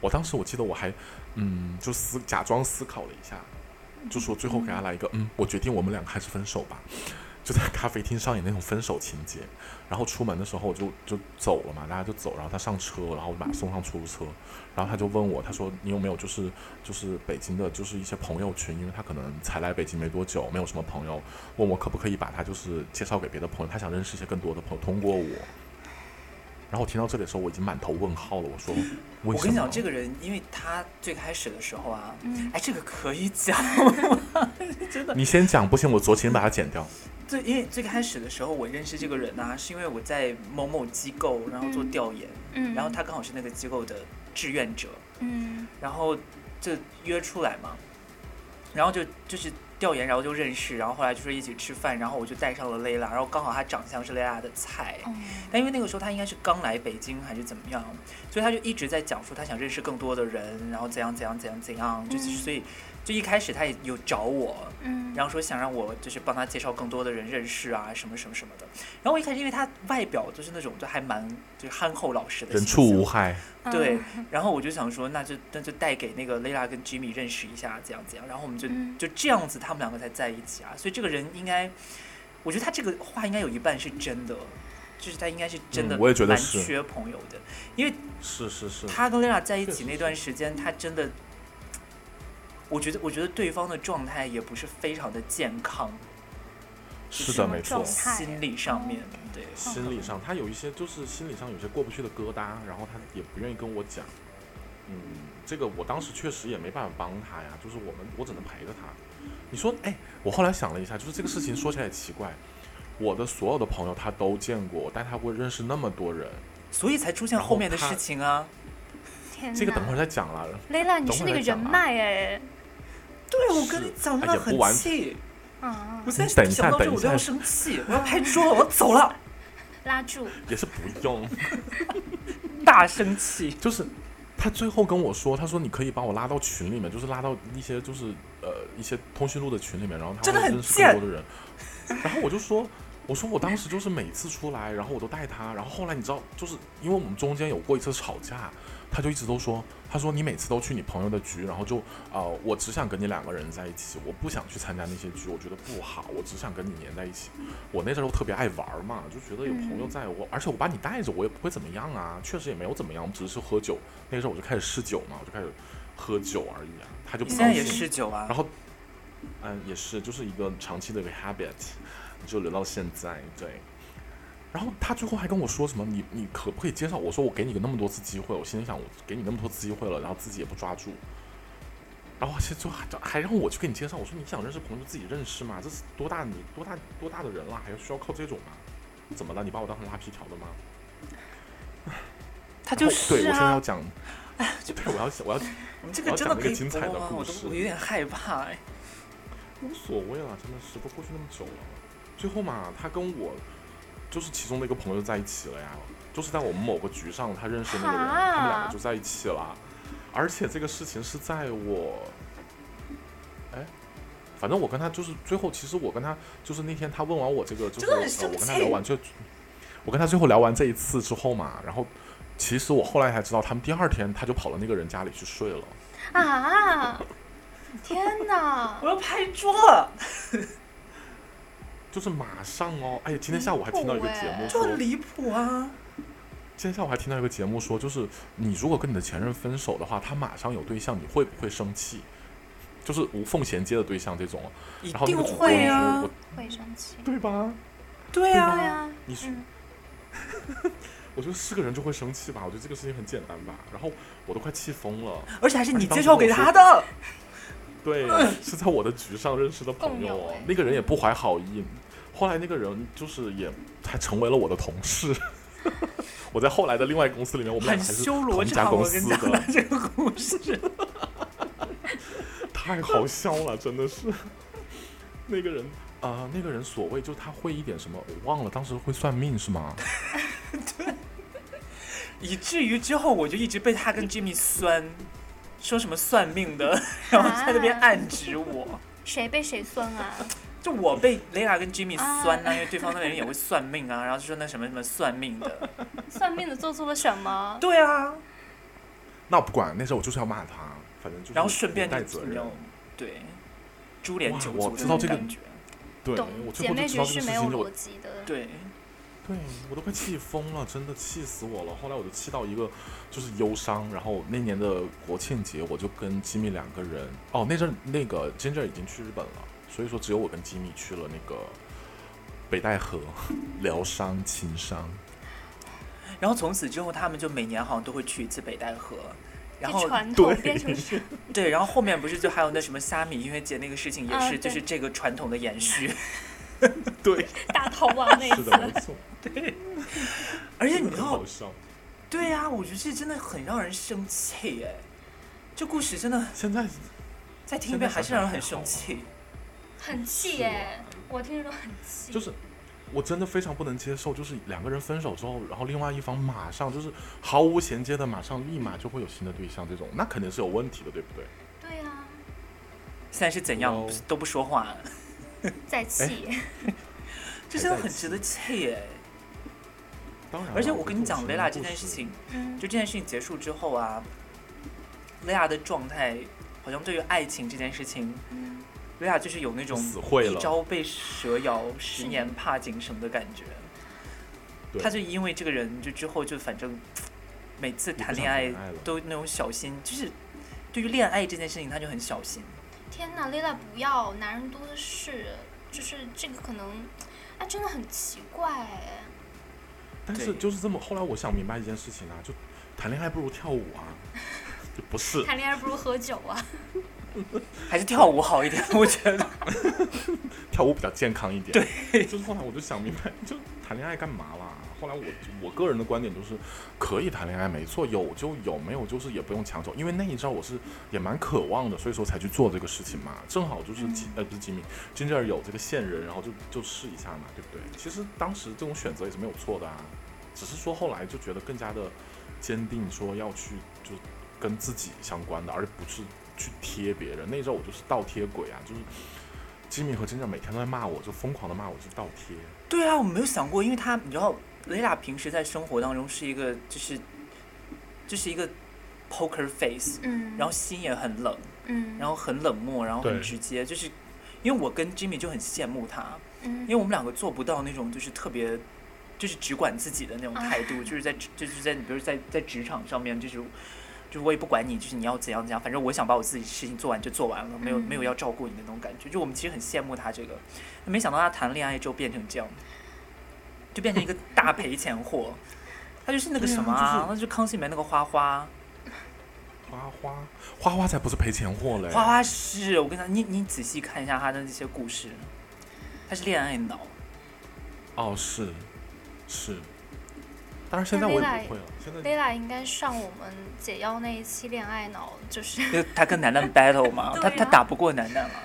Speaker 1: 我当时我记得我还嗯就思假装思考了一下，就说最后给他来一个嗯，我决定我们两个还是分手吧。 就在咖啡厅上演那种分手情节，然后出门的时候就就走了嘛，大家就走，然后他上车，然后我把他送上出租车，然后他就问我，他说你有没有就是就是北京的，就是一些朋友群，因为他可能才来北京没多久，没有什么朋友，问我可不可以把他就是介绍给别的朋友，他想认识一些更多的朋友，通过我。然后我听到这里的时候，我已经满头问号了。我说，为
Speaker 2: 我
Speaker 1: 什么？
Speaker 2: 跟你讲，这个人，因为他最开始的时候啊，
Speaker 3: 嗯
Speaker 2: 哎，这个可以讲。
Speaker 1: 你先讲，不行，我酌情把它剪 掉。
Speaker 2: 最因为最开始的时候，我认识这个人啊，是因为我在某某机构，然后做
Speaker 3: 嗯
Speaker 2: 调研，
Speaker 3: 嗯，
Speaker 2: 然后他刚好是那个机构的志愿者，
Speaker 3: 嗯
Speaker 2: 然后就约出来嘛，然后就就是调研，然后就认识，然后后来就说一起吃饭，然后我就带上了蕾拉，然后刚好她长相是蕾拉的菜，
Speaker 3: 哦
Speaker 2: 但因为那个时候他应该是刚来北京还是怎么样，所以他就一直在讲说他想认识更多的人，然后怎样怎样怎样怎样，就是
Speaker 3: 嗯
Speaker 2: 所以就一开始他也有找我，
Speaker 3: 嗯，
Speaker 2: 然后说想让我就是帮他介绍更多的人认识啊，什么什么什么的。然后我一开始因为他外表就是那种就还蛮就是憨厚老实的
Speaker 1: 人
Speaker 2: 形
Speaker 1: 畜
Speaker 2: 象
Speaker 1: 无害，
Speaker 3: 嗯
Speaker 2: 对，然后我就想说，那就那就带给那个 Layla 跟 Jimmy 认识一下，这样这样，然后我们就、
Speaker 3: 嗯
Speaker 2: 就这样子，他们两个才在一起啊。所以这个人应该，我觉得他这个话应该有一半是真的，就是他应该是真的，
Speaker 1: 嗯我也觉得
Speaker 2: 蛮
Speaker 1: 是
Speaker 2: 缺朋友的。
Speaker 1: 是是是
Speaker 2: 他跟 Layla 在一
Speaker 1: 确
Speaker 2: 起
Speaker 1: 实
Speaker 2: 那段时间，他真的，我觉得我觉得对方的状态也不是非常的健康，
Speaker 1: 是
Speaker 3: 什
Speaker 1: 的，
Speaker 3: 么
Speaker 1: 没错
Speaker 3: 状。态哦
Speaker 2: 心理上面对。
Speaker 1: 心理上，他有一些就是心理上有些过不去的疙瘩，然后他也不愿意跟我讲。嗯，这个我当时确实也没办法帮他呀，就是我们我只能陪着他。你说，哎，我后来想了一下，就是这个事情说起来也奇怪，我的所有的朋友他都见过，但他会认识那么多人，
Speaker 2: 所以才出现
Speaker 1: 然后
Speaker 2: 后面的
Speaker 1: 他
Speaker 2: 事情啊。
Speaker 3: 天哪！
Speaker 1: 这个等会儿再讲了。
Speaker 3: 雷拉，你是那个人
Speaker 1: 啊
Speaker 3: 脉哎，
Speaker 2: 对，我
Speaker 1: 是
Speaker 2: 跟你讲，真
Speaker 1: 哎
Speaker 2: 的
Speaker 1: 也不
Speaker 2: 很
Speaker 1: 完
Speaker 2: 气。
Speaker 3: 嗯，
Speaker 2: 我现
Speaker 1: 你等
Speaker 2: 在
Speaker 1: 一下
Speaker 2: 想到这
Speaker 1: 等一
Speaker 2: 我都
Speaker 1: 下
Speaker 2: 要生气，我要拍桌，我要走了，
Speaker 3: 拉住，
Speaker 1: 也是不用，
Speaker 2: 大生气。
Speaker 1: 就是他最后跟我说，他说你可以把我拉到群里面，就是拉到一些就是呃一些通讯录的群里面，然后他
Speaker 2: 真的
Speaker 1: 会
Speaker 2: 很
Speaker 1: 认识更多的人。然后我就说，我说我当时就是每次出来，然后我都带他，然后后来你知道，就是因为我们中间有过一次吵架，他就一直都说，他说你每次都去你朋友的局，然后就呃我只想跟你两个人在一起，我不想去参加那些局，我觉得不好，我只想跟你黏在一起。我那时候特别爱玩嘛，就觉得有朋友在我，而且我把你带着，我也不会怎么样啊，确实也没有怎么样，我们只是喝酒。那时候我就开始试酒嘛，我就开始喝酒而已啊，他就
Speaker 2: 你
Speaker 1: 不
Speaker 2: 现
Speaker 1: 高
Speaker 2: 在也
Speaker 1: 兴。
Speaker 2: 嗜酒啊
Speaker 1: 然？后，嗯，也是，就是一个长期的一个 habit，就留到现在。对。然后他最后还跟我说什么，你你可不可以介绍？我说我给你个那么多次机会，我心里想我给你那么多次机会了，然后自己也不抓住，然后现在就还还让我去给你介绍，我说你想认识朋友就自己认识嘛，这是多大你多大多大的人了，还需要靠这种吗？啊怎么了？你把我当成拉皮条的吗？
Speaker 2: 他就
Speaker 1: 然后对
Speaker 2: 是
Speaker 1: 我现在要
Speaker 2: 啊。
Speaker 1: 讲，
Speaker 2: 就
Speaker 1: 对我要我要
Speaker 2: 我们这
Speaker 1: 我
Speaker 2: 个
Speaker 1: 要
Speaker 2: 真
Speaker 1: 讲那
Speaker 2: 的可
Speaker 1: 个
Speaker 2: 以
Speaker 1: 精
Speaker 2: 播
Speaker 1: 彩的
Speaker 2: 吗？
Speaker 1: 故
Speaker 2: 我都
Speaker 1: 事
Speaker 2: 我有点害怕哎。
Speaker 1: 无所谓啦，真的是都过去那么久了。最后嘛，他跟我就是其中的一个朋友在一起了呀，就是在我们某个局上，他认识那个人，
Speaker 3: 哈
Speaker 1: 他们两个就在一起了。而且这个事情是在我，哎，反正我跟他就是最后，其实我跟他就是那天他问完我这个，就是
Speaker 2: 真的很
Speaker 1: 呃
Speaker 2: 生
Speaker 1: 我跟他
Speaker 2: 气
Speaker 1: 聊完这，我跟他最后聊完这一次之后嘛，然后其实我后来才知道，他们第二天他就跑到那个人家里去睡了。
Speaker 3: 啊！天 哪！
Speaker 2: 我要拍桌了，
Speaker 1: 就是马上哦，哎，今天下午还听到一个节
Speaker 3: 离谱
Speaker 1: 目
Speaker 3: 哎
Speaker 2: 就
Speaker 1: 说，
Speaker 2: 很离谱啊！
Speaker 1: 今天下午还听到一个节目说，就是你如果跟你的前任分手的话，他马上有对象，你会不会生气？就是无缝衔接的对象这种。
Speaker 2: 一
Speaker 1: 然后那
Speaker 2: 定
Speaker 1: 个主播就
Speaker 2: 会
Speaker 1: 说，
Speaker 2: 啊
Speaker 1: 我，
Speaker 3: 会生气。
Speaker 1: 对吧？
Speaker 2: 对
Speaker 3: 对
Speaker 2: 啊，
Speaker 3: 啊，
Speaker 1: 你说
Speaker 3: 嗯，
Speaker 1: 我觉得是个人就会生气吧，我觉得这个事情很简单吧。然后我都快气疯了。
Speaker 2: 而且还是
Speaker 1: 而且
Speaker 2: 你
Speaker 1: 当
Speaker 2: 介
Speaker 1: 时
Speaker 2: 绍
Speaker 1: 我
Speaker 2: 给
Speaker 1: 说
Speaker 2: 他的。
Speaker 1: 对，是在我的局上认识的朋友
Speaker 3: 共有
Speaker 1: 哦
Speaker 3: 哎，
Speaker 1: 那个人也不怀好意，后来那个人就是也还成为了我的同事。 我在后来的另外公司里面，我们俩
Speaker 2: 很
Speaker 1: 还是
Speaker 2: 修罗
Speaker 1: 同一家
Speaker 2: 场，
Speaker 1: 公
Speaker 2: 我跟
Speaker 1: 司
Speaker 2: 你
Speaker 1: 的
Speaker 2: 讲，这个故事，
Speaker 1: 太好笑了，真的 是。那个人啊、呃那个人所谓就他会一点什么，我忘了，当时会算命是吗？
Speaker 2: 以至于之后我就一直被他跟 Jimmy 酸，说什么算命的， 然后在那边暗指我，
Speaker 3: 啊谁被谁酸 啊？
Speaker 2: 就我被 Lena 跟 Jimmy 酸啊呐、因为对方那个人也会算命啊，然后就说那什么什么算命的，
Speaker 3: 算命的做错了什么？
Speaker 2: 对啊，
Speaker 1: 那我不管，那时候我就是要骂他，反正就是
Speaker 2: 然后顺便
Speaker 1: 不带
Speaker 2: 就
Speaker 1: 责
Speaker 2: 你知
Speaker 1: 任
Speaker 2: 道。对，株连
Speaker 1: 哇
Speaker 2: 九
Speaker 1: 我
Speaker 2: 族
Speaker 1: 知
Speaker 2: 那
Speaker 1: 道
Speaker 2: 种
Speaker 1: 这个
Speaker 2: 感觉，
Speaker 1: 对，
Speaker 3: 懂
Speaker 1: 我最
Speaker 3: 姐
Speaker 1: 后就
Speaker 3: 妹
Speaker 1: 知
Speaker 3: 局
Speaker 1: 道这
Speaker 3: 是
Speaker 1: 个事
Speaker 3: 没有
Speaker 1: 情就
Speaker 3: 逻辑的。
Speaker 2: 对，
Speaker 1: 对我都快气疯了，真的气死我了。后来我就气到一个就是忧伤，然后那年的国庆节我就跟吉米两个人，哦那阵儿那个 Ginger 已经去日本了，所以说只有我跟吉米去了那个北戴河 疗伤情 商。
Speaker 2: 然后从此之后他们就每年好像都会去一次北戴河。然
Speaker 3: 这
Speaker 2: 后
Speaker 3: 传统
Speaker 1: 对
Speaker 3: 变成是
Speaker 2: 对，然后后面不是就还有那什么虾米音乐节那个事情，也
Speaker 3: 啊
Speaker 2: 是就
Speaker 3: 对
Speaker 2: 是这个传统的延 续。
Speaker 1: 对，
Speaker 3: 大逃亡那一
Speaker 1: 是
Speaker 3: 次
Speaker 1: 的，，没错，
Speaker 2: 而且你知
Speaker 1: 很
Speaker 2: 道
Speaker 1: 好，笑。
Speaker 2: 对呀、我觉得这真的很让人生气哎。这故事真的
Speaker 1: 现在
Speaker 2: 再听一遍还是让人很
Speaker 1: 啊
Speaker 2: 生气。
Speaker 3: 很气耶！我听着都很气。
Speaker 1: 就是我真的非常不能接受，就是两个人分手之后，然后另外一方马上就是毫无衔接的，马上立马就会有新的对象，这种那肯定是有问题的，对不对？
Speaker 3: 对啊，
Speaker 2: 现在是怎样、
Speaker 1: Hello
Speaker 2: 都不说话，
Speaker 3: 在气。
Speaker 1: 哎
Speaker 2: 这真的很值得气哎。
Speaker 1: 当然了，啊
Speaker 2: 而且我跟你讲，
Speaker 1: 雷
Speaker 2: 雷拉这件事情，，
Speaker 3: 嗯
Speaker 2: 就，这件事情结束之后啊，雷拉的状态好像对于爱情这件事情，
Speaker 3: 嗯
Speaker 2: 雷拉就是有那种
Speaker 1: 死会了
Speaker 2: 一朝被蛇咬，十年怕井绳的感觉。
Speaker 1: 对
Speaker 2: 他就因为这个人，就之后就反正每次谈恋爱
Speaker 1: 也不想谈恋爱了
Speaker 2: 都那种小心，就是对于恋爱这件事情，他就很小心。
Speaker 3: 天哪，Lila 不要，男人多的是，就是这个可能哎，真的很奇怪哎。
Speaker 1: 但是
Speaker 2: 对
Speaker 1: 就是这么，后来我想明白一件事情啊，就谈恋爱不如跳舞啊， 就不是
Speaker 3: 谈恋爱不如喝酒啊。
Speaker 2: 还是跳舞好一点，我觉得。
Speaker 1: 跳舞比较健康一点。对，就是后来我就想明白，就谈恋爱干嘛啦？后来我我个人的观点就是，可以谈恋爱没错，有就有，没有就是也不用强求，因为那一招我是也蛮渴望的，所以说才去做这个事情嘛。正好就是吉、呃不是吉米，金吉尔有这个线人，然后就就试一下嘛，对不对？其实当时这种选择也是没有错的啊，只是说后来就觉得更加的坚定，说要去就跟自己相关的，而不是去贴别人。那一招我就是倒贴鬼啊，就是吉米和金正每天都在骂我，就疯狂的骂我，就倒贴。
Speaker 2: 对啊，我没有想过，因为他你知道，雷拉平时在生活当中是一个就是就是一个 poker face，
Speaker 3: 嗯，
Speaker 2: 然后心也很冷，
Speaker 3: 嗯，
Speaker 2: 然
Speaker 3: 后
Speaker 2: 后很冷漠，然后
Speaker 1: 对
Speaker 2: 很直接，就是因为我跟 Jimmy 就很羡慕他，
Speaker 3: 嗯
Speaker 2: 因为我们两个做不到那种就是特别，就是只管自己的那种态
Speaker 1: 啊
Speaker 2: 度，就是在职就是在比如在在职场上面，就是就是我也不管你，就是你要怎样怎样，反正我想把我自己事情做完就做完了，没有
Speaker 3: 嗯
Speaker 2: 没有要照顾你的那种感觉。就我们其实很羡慕他这个，没想到他谈恋爱之后变成这样，就变成一个大赔钱货。他就是那个
Speaker 1: 对啊
Speaker 2: 什么
Speaker 1: 就是
Speaker 2: 那就是康熙里面那个花花，
Speaker 1: 花花，花花才不是赔钱货嘞！
Speaker 2: 花花是我跟你讲，你你仔细看一下他的那些故事，他是恋爱脑，
Speaker 1: 哦，是是，当然现在我也不会了。现在
Speaker 3: Lila 应该上我们解药那一期恋爱脑，就是
Speaker 2: 就他跟楠楠 battle 嘛，
Speaker 3: 对
Speaker 2: 他
Speaker 3: 啊
Speaker 2: 他打不过楠楠嘛。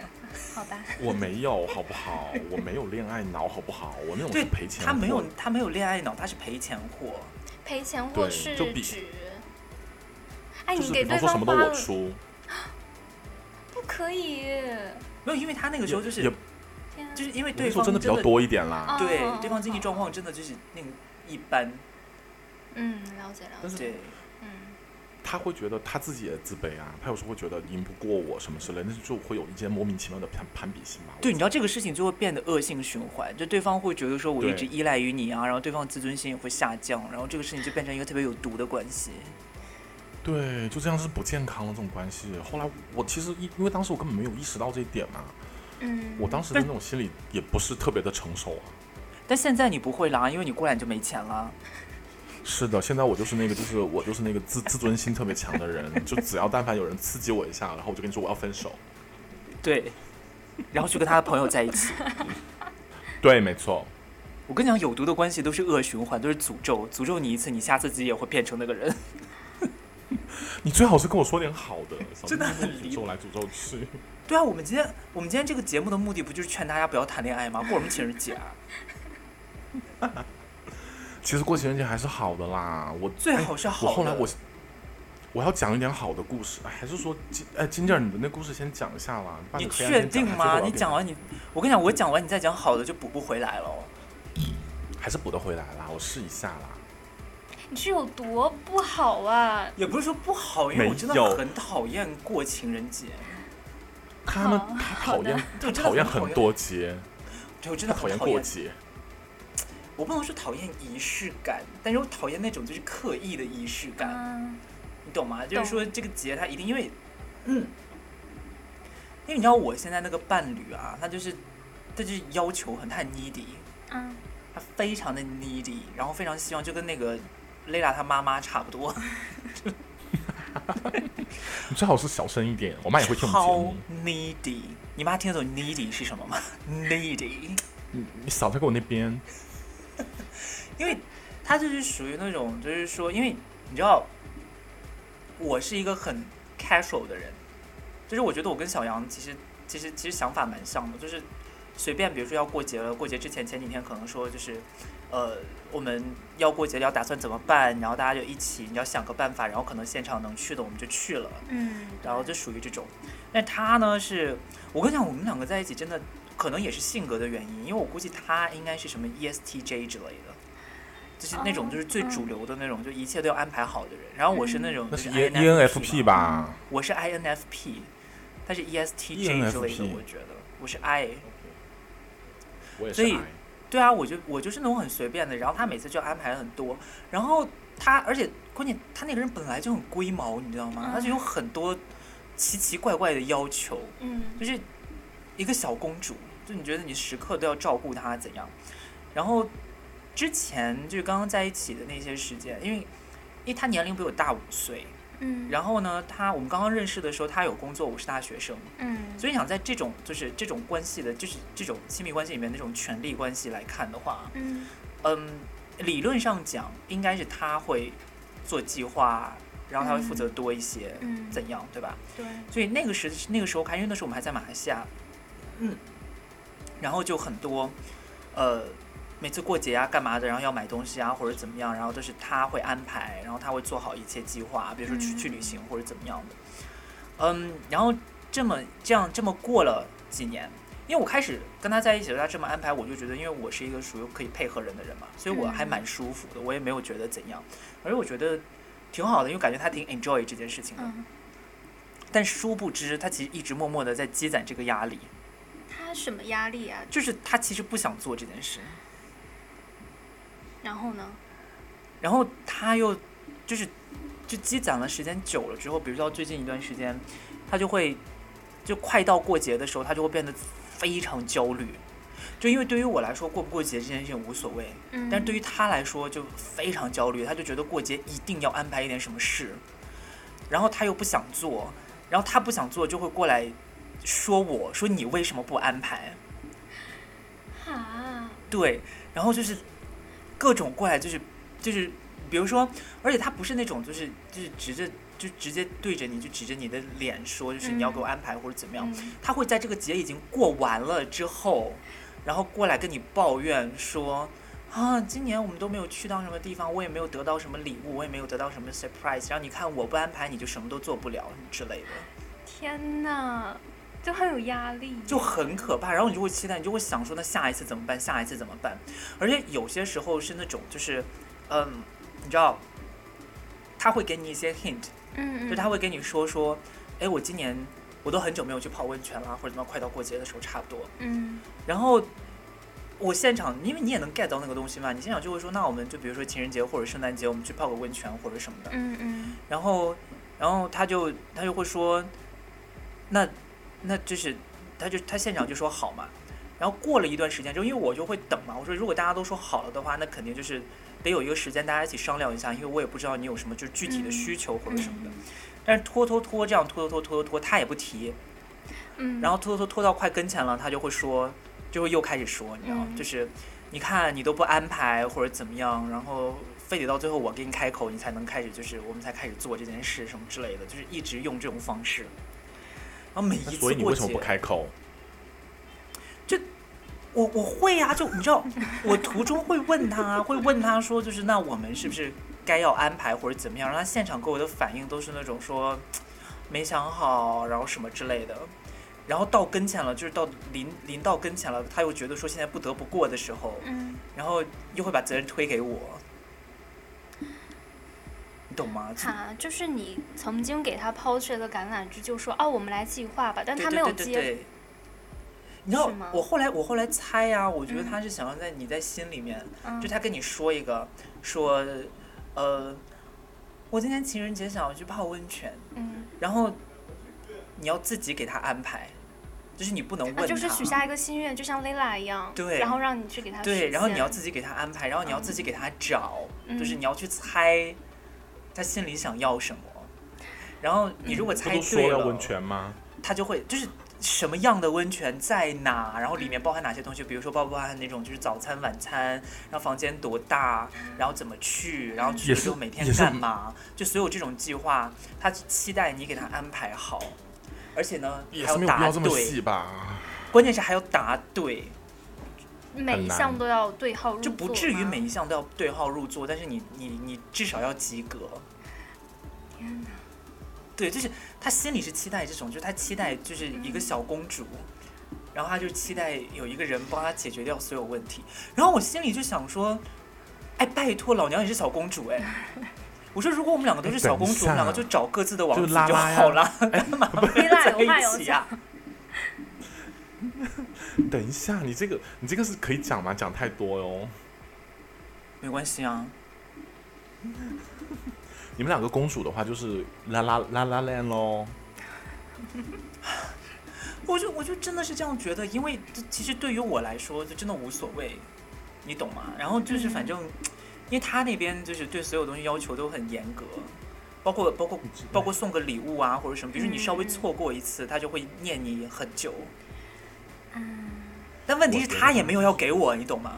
Speaker 3: 好 吧，
Speaker 1: 我没有，好不好？我没有恋爱脑，好不好？我那种
Speaker 2: 对
Speaker 1: 是赔钱货。
Speaker 2: 他没有，他没有恋爱脑，他是赔钱货。
Speaker 3: 赔钱
Speaker 1: 对
Speaker 3: 货是
Speaker 1: 就比
Speaker 3: 指，哎，
Speaker 1: 就
Speaker 3: 你
Speaker 1: 是
Speaker 3: 给
Speaker 1: 比
Speaker 3: 对
Speaker 1: 方说什么
Speaker 3: 方花
Speaker 1: 都
Speaker 3: 了
Speaker 1: 我，出，
Speaker 3: 不可以。
Speaker 2: 没有，因为他那个时候就是
Speaker 1: 也
Speaker 3: 天啊
Speaker 2: 就是因为
Speaker 1: 那
Speaker 2: 对
Speaker 1: 时候
Speaker 2: 方
Speaker 1: 真的比较多一点啦。
Speaker 3: 啊
Speaker 2: 对对方经济状况真的就是那个一般，
Speaker 3: 嗯，了解了
Speaker 1: 但是
Speaker 3: 解，
Speaker 2: 对
Speaker 3: 嗯
Speaker 1: 他会觉得他自己也自卑啊，他有时候会觉得赢不过我什么之类，那就会有一些莫名其妙的攀攀比心吧。我
Speaker 2: 对，你知道这个事情就会变得恶性循环，就对方会觉得说我一
Speaker 1: 对
Speaker 2: 直依赖于你啊，然后对方自尊心也会下降，然后这个事情就变成一个特别有毒的关系。
Speaker 1: 对，就这样是不健康的这种关系。后来我其实因因为当时我根本没有意识到这一点嘛，
Speaker 3: 嗯，
Speaker 1: 我当时的那种心理也不是特别的成熟啊。
Speaker 2: 但现在你不会啦，因为你过来你就没钱啦。
Speaker 1: 是的，现在我就是那个，就是我就是那个自自尊心特别强的人，就只要但凡有人刺激我一下，然后我就跟你说我要分手。
Speaker 2: 对，然后去跟他的朋友在一起。
Speaker 1: 对，没错，
Speaker 2: 我跟你讲，有毒的关系都是恶循环，都是诅咒，诅咒你一次，你下次自己也会变成那个人。
Speaker 1: 你最好是跟我说点好的，少
Speaker 2: 真的
Speaker 1: 在那
Speaker 2: 很
Speaker 1: 里
Speaker 2: 离
Speaker 1: 诅咒来诅咒去。
Speaker 2: 对啊，我们今天我们今天这个节目的目的不就是劝大家不要谈恋爱吗？过什么情人节啊？
Speaker 1: 其实过情人节还是好的啦，我
Speaker 2: 最好是好
Speaker 1: 哎我
Speaker 2: 的。
Speaker 1: 后来我我要讲一点好的故事，哎还是说金哎金姐儿你的那故事先讲一下啦？把
Speaker 2: 你
Speaker 1: 的黑暗
Speaker 2: 确
Speaker 1: 面讲
Speaker 2: 定
Speaker 1: 一下
Speaker 2: 吗？你
Speaker 1: 最
Speaker 2: 讲
Speaker 1: 后我要给
Speaker 2: 完你，我跟你讲，我讲完你再讲好的就补不回来了。
Speaker 1: 还是补得回来啦，我试一下啦。
Speaker 3: 你是有多不好啊？
Speaker 2: 也不是说不好，因为我
Speaker 1: 没
Speaker 2: 真的
Speaker 1: 有
Speaker 2: 很讨厌过情人节，
Speaker 1: 他们
Speaker 3: 好
Speaker 1: 他
Speaker 3: 好
Speaker 1: 讨厌
Speaker 3: 的
Speaker 1: 他
Speaker 2: 对真的
Speaker 1: 讨厌
Speaker 2: 很讨
Speaker 1: 很
Speaker 2: 厌
Speaker 1: 多节，
Speaker 2: 对我真
Speaker 1: 他
Speaker 2: 的
Speaker 1: 讨
Speaker 2: 很
Speaker 1: 厌
Speaker 2: 讨
Speaker 1: 过
Speaker 2: 厌。
Speaker 1: 节。
Speaker 2: 我不能说讨厌仪式感，但是我讨厌那种就是刻意的仪式感。
Speaker 3: 嗯
Speaker 2: 你懂吗？就是
Speaker 3: 懂
Speaker 2: 说这个节他一定因为，嗯，因为你知道我现在那个伴侣啊，他就是他就是要求很他很 needy，
Speaker 3: 嗯，
Speaker 2: 他非常的 needy，然后非常希望就跟那个 Lila 她妈妈差不多，
Speaker 1: 你最好是小声一点，我妈也会 听我们节
Speaker 2: 超
Speaker 1: 目。
Speaker 2: needy。你妈听得懂 needy 是什么吗？needy，
Speaker 1: 你你少在给我那边，
Speaker 2: 因为他就是属于那种就是说，因为你知道，我是一个很 casual 的人，就是我觉得我跟小杨其实其实其实想法蛮像的，就是随便，比如说要过节了，过节之前前几天可能说就是，呃，我们要过节了要打算怎么办，然后大家就一起你要想个办法，然后可能现场能去的我们就去了，
Speaker 3: 嗯，
Speaker 2: 然后就属于这种。但他呢是，我跟你讲，我们两个在一起真的可能也是性格的原因，因为我估计他应该是什么 E ESTJ 之类的。就是那种
Speaker 3: 哦
Speaker 2: 就是最
Speaker 3: 嗯
Speaker 2: 主流的那种，就一切都要安排好的人。然后我是那种
Speaker 1: 那
Speaker 2: 就是
Speaker 1: E
Speaker 2: INFP
Speaker 1: E N F P
Speaker 2: 嘛
Speaker 1: 吧？
Speaker 2: 我是 INFP，他是 E
Speaker 1: E
Speaker 2: ESTJ 之类的，
Speaker 1: ENFP
Speaker 2: 我觉得我是 I。
Speaker 1: 我也
Speaker 2: 所以
Speaker 1: I
Speaker 2: 对啊，我就我就是那种很随便的，然后他每次就安排很多，然后他而且关键他那个人本来就很龟毛，你知道吗？
Speaker 3: 嗯
Speaker 2: 他就有很多奇奇怪怪的要求，
Speaker 3: 嗯
Speaker 2: 就是一个小公主，就你觉得你时刻都要照顾他怎样？然后之前就刚刚在一起的那些时间，因为因为他年龄比我大五岁，
Speaker 3: 嗯，
Speaker 2: 然后呢，他我们刚刚认识的时候，他有工作，我是大学生，
Speaker 3: 嗯，
Speaker 2: 所以你想在这种就是这种关系的，就是这种亲密关系里面那种权力关系来看的话，
Speaker 3: 嗯
Speaker 2: 嗯，理论上讲应该是他会做计划，然后他会负责多一些，
Speaker 3: 嗯，
Speaker 2: 怎样，对吧？
Speaker 3: 对，
Speaker 2: 所以那个时那个时候开，因为那时候我们还在马来西亚，嗯，然后就很多，呃，每次过节啊干嘛的，然后要买东西啊或者怎么样，然后都是他会安排，然后他会做好一切计划，比如说去
Speaker 3: 嗯
Speaker 2: 去旅行或者怎么样的，嗯，然后这么这样这么过了几年。因为我开始跟他在一起的时候，他这么安排，我就觉得，因为我是一个属于可以配合人的人嘛，所以我还
Speaker 3: 嗯
Speaker 2: 蛮舒服的，我也没有觉得怎样，而且我觉得挺好的，因为感觉他挺 enjoy 这件事情的。
Speaker 3: 嗯，
Speaker 2: 但殊不知，他其实一直默默的在积攒这个压力，
Speaker 3: 他什么压力啊？
Speaker 2: 就是他其实不想做这件事，
Speaker 3: 然后呢？
Speaker 2: 然后他又就是就积攒了时间久了之后，比如到最近一段时间，他就会就快到过节的时候，他就会变得非常焦虑。就因为对于我来说，过不过节这件事情无所谓，
Speaker 3: 嗯，
Speaker 2: 但是对于他来说就非常焦虑，他就觉得过节一定要安排一点什么事，然后他又不想做，然后他不想做就会过来说我说你为什么不安排？
Speaker 3: 啊，
Speaker 2: 对，然后就是各种过来，就是就是，比如说，而且他不是那种就是就是直着就直接对着你就指着你的脸说，就是你要给我安排或者怎么样，
Speaker 3: 嗯
Speaker 2: 他会在这个节已经过完了之后，然后过来跟你抱怨说。啊，今年我们都没有去到什么地方，我也没有得到什么礼物，我也没有得到什么 surprise。然后你看我不安排，你就什么都做不了之类的，
Speaker 3: 天呐，就很有压力，
Speaker 2: 就很可怕。然后你就会期待，你就会想说，那下一次怎么办？下一次怎么办？而且有些时候是那种，就是，嗯，你知道，他会给你一些 hint，
Speaker 3: 嗯嗯，
Speaker 2: 就他会跟你说说，哎，我今年我都很久没有去泡温泉了，或者怎么样快到过节的时候差不多。
Speaker 3: 嗯
Speaker 2: 然后我现场，因为你也能 get 到那个东西嘛，你现场就会说，那我们就比如说情人节或者圣诞节，我们去泡个温泉或者什么的。
Speaker 3: 嗯嗯
Speaker 2: 然后，然后他就他就会说，那那就是他就他现场就说好嘛。然后过了一段时间之后，因为我就会等嘛，我说如果大家都说好了的话，那肯定就是得有一个时间大家一起商量一下，因为我也不知道你有什么就是具体的
Speaker 3: 嗯
Speaker 2: 需求或者什么的。但是拖拖拖这样拖拖拖拖拖，他也不提，
Speaker 3: 嗯，
Speaker 2: 然
Speaker 3: 后
Speaker 2: 后拖拖拖拖到快跟前了，他就会说，就会又开始说，你知道吗，
Speaker 3: 嗯
Speaker 2: 就是你看你都不安排或者怎么样，然后非得到最后我给你开口，你才能开始，就是我们才开始做这件事什么之类的，就是一直用这种方式。然后每一
Speaker 1: 那
Speaker 2: 次
Speaker 1: 所以你
Speaker 2: 过
Speaker 1: 为什么不
Speaker 2: 节，
Speaker 1: 开口？
Speaker 2: 我我会啊，就你知道，我途中会问他，啊会问他说，就是那我们是不是该要安排或者怎么样？然后他现场给我的反应都是那种说没想好，然后什么之类的。然后到跟前了，就是到临临到跟前了，他又觉得说现在不得不过的时候，
Speaker 3: 嗯
Speaker 2: 然后又会把责任推给我，你懂吗？就
Speaker 3: 哈，就是你曾经给他抛出了个橄榄枝，就说哦，我们来计划吧，但
Speaker 2: 对
Speaker 3: 他没
Speaker 2: 对
Speaker 3: 有
Speaker 2: 对对
Speaker 3: 接，
Speaker 2: 对。你知道
Speaker 3: 是吗，
Speaker 2: 我后来我后来猜呀、我觉得
Speaker 3: 嗯
Speaker 2: 他是想要在你在心里面，
Speaker 3: 嗯
Speaker 2: 就他跟你说一个，说，呃，我今天情人节想要去泡温泉，
Speaker 3: 嗯，
Speaker 2: 然后你要自己给他安排，就是你不能问他，
Speaker 3: 啊，就是许下一个心愿，就像 Lila 一样，
Speaker 2: 对
Speaker 3: 然后让你去给他
Speaker 2: 对，
Speaker 3: 实
Speaker 2: 然后你
Speaker 3: 现
Speaker 2: 要自己给他安排，然后你要自己给他找，
Speaker 3: 嗯
Speaker 2: 就是你要去猜他心里想要什么，然后你如果
Speaker 1: 不
Speaker 2: 猜
Speaker 1: 嗯都说
Speaker 2: 对
Speaker 1: 要
Speaker 2: 了，
Speaker 1: 温泉吗？
Speaker 2: 他就会就是什么样的温泉在哪，然后里面包含哪些东西，比如说包不包含那种就是早餐、晚餐，然后房间多大，然后怎么去，然后去
Speaker 1: 也
Speaker 2: 了之
Speaker 1: 是
Speaker 2: 后每天
Speaker 1: 也是
Speaker 2: 干嘛，就所有这种计划，他期待你给他安排好，而且呢
Speaker 1: 也
Speaker 2: 还
Speaker 1: 是没
Speaker 2: 要
Speaker 1: 有必
Speaker 2: 答
Speaker 1: 要这么
Speaker 2: 对，
Speaker 1: 细吧？
Speaker 2: 关键是还要答对，
Speaker 3: 每
Speaker 1: 很
Speaker 3: 一
Speaker 1: 难
Speaker 3: 项都要对号入
Speaker 2: 就
Speaker 3: 座，
Speaker 2: 不至于每。一项都要对号入座，但是你你你至少要及格。
Speaker 3: 天哪
Speaker 2: 对，就是他心里是期待这种，就是他期待就是
Speaker 3: 嗯
Speaker 2: 一个小公主，然后他就期待有一个人帮他解决掉所有问题。然后我心里就想说，哎，拜托，老娘也是小公主 哎。我说，如果我们两个都是小公主，我们两个就找各自的王
Speaker 1: 啊就
Speaker 2: 子
Speaker 1: 拉
Speaker 2: 就
Speaker 1: 拉呀哎
Speaker 2: 好了， 干嘛非要
Speaker 3: 拉有话
Speaker 2: 在
Speaker 3: 有
Speaker 2: 一起啊？
Speaker 1: 等一下，你这个你这个是可以讲吗？讲太多哟。
Speaker 2: 没关系啊，
Speaker 1: 你们两个公主的话，就是啦啦啦啦 land 喽。
Speaker 2: 我就我就真的是这样觉得，因为这其实对于我来说，就真的无所谓，你懂吗？然后就是反
Speaker 1: 嗯
Speaker 2: 正，因为他那边就是对所有东西要求都很严格，包括包括包括送个礼物啊或者什么，比如说你稍微
Speaker 3: 嗯
Speaker 2: 错过一次，他就会念你很久。
Speaker 3: 嗯
Speaker 2: 但问题是，
Speaker 1: 我觉得啊
Speaker 2: 他也没有要给我，你懂吗？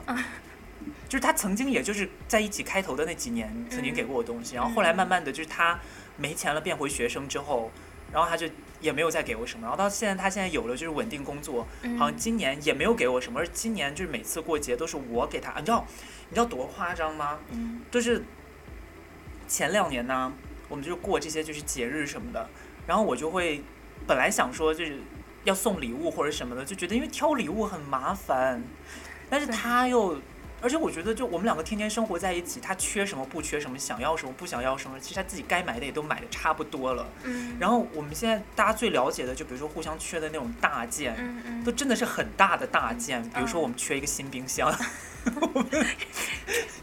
Speaker 2: 就是他曾经也就是在一起开头的那几年，
Speaker 1: 嗯
Speaker 2: 曾经给过我东西，然后后来慢慢的就是他没钱了，变回学生之后，然后他就也没有再给我什么，然后到现在他现在有了就是稳定工作，
Speaker 3: 嗯，
Speaker 2: 好像今年也没有给我什么，而今年就是每次过节都是我给他，啊你知道你知道多夸张吗？
Speaker 3: 嗯
Speaker 2: 就是前两年呢，我们就是过这些就是节日什么的，然后我就会本来想说就是要送礼物或者什么的，就觉得因为挑礼物很麻烦，但是
Speaker 3: 对
Speaker 2: 他又，而且我觉得就我们两个天天生活在一起，他缺什么不缺什么，想要什么不想要什么，其实他自己该买的也都买的差不多了。
Speaker 3: 嗯，
Speaker 2: 然后我们现在大家最了解的，就比如说互相缺的那种大件，
Speaker 3: 嗯嗯
Speaker 2: 都真的是很大的大件，比如说我们缺一个新冰箱，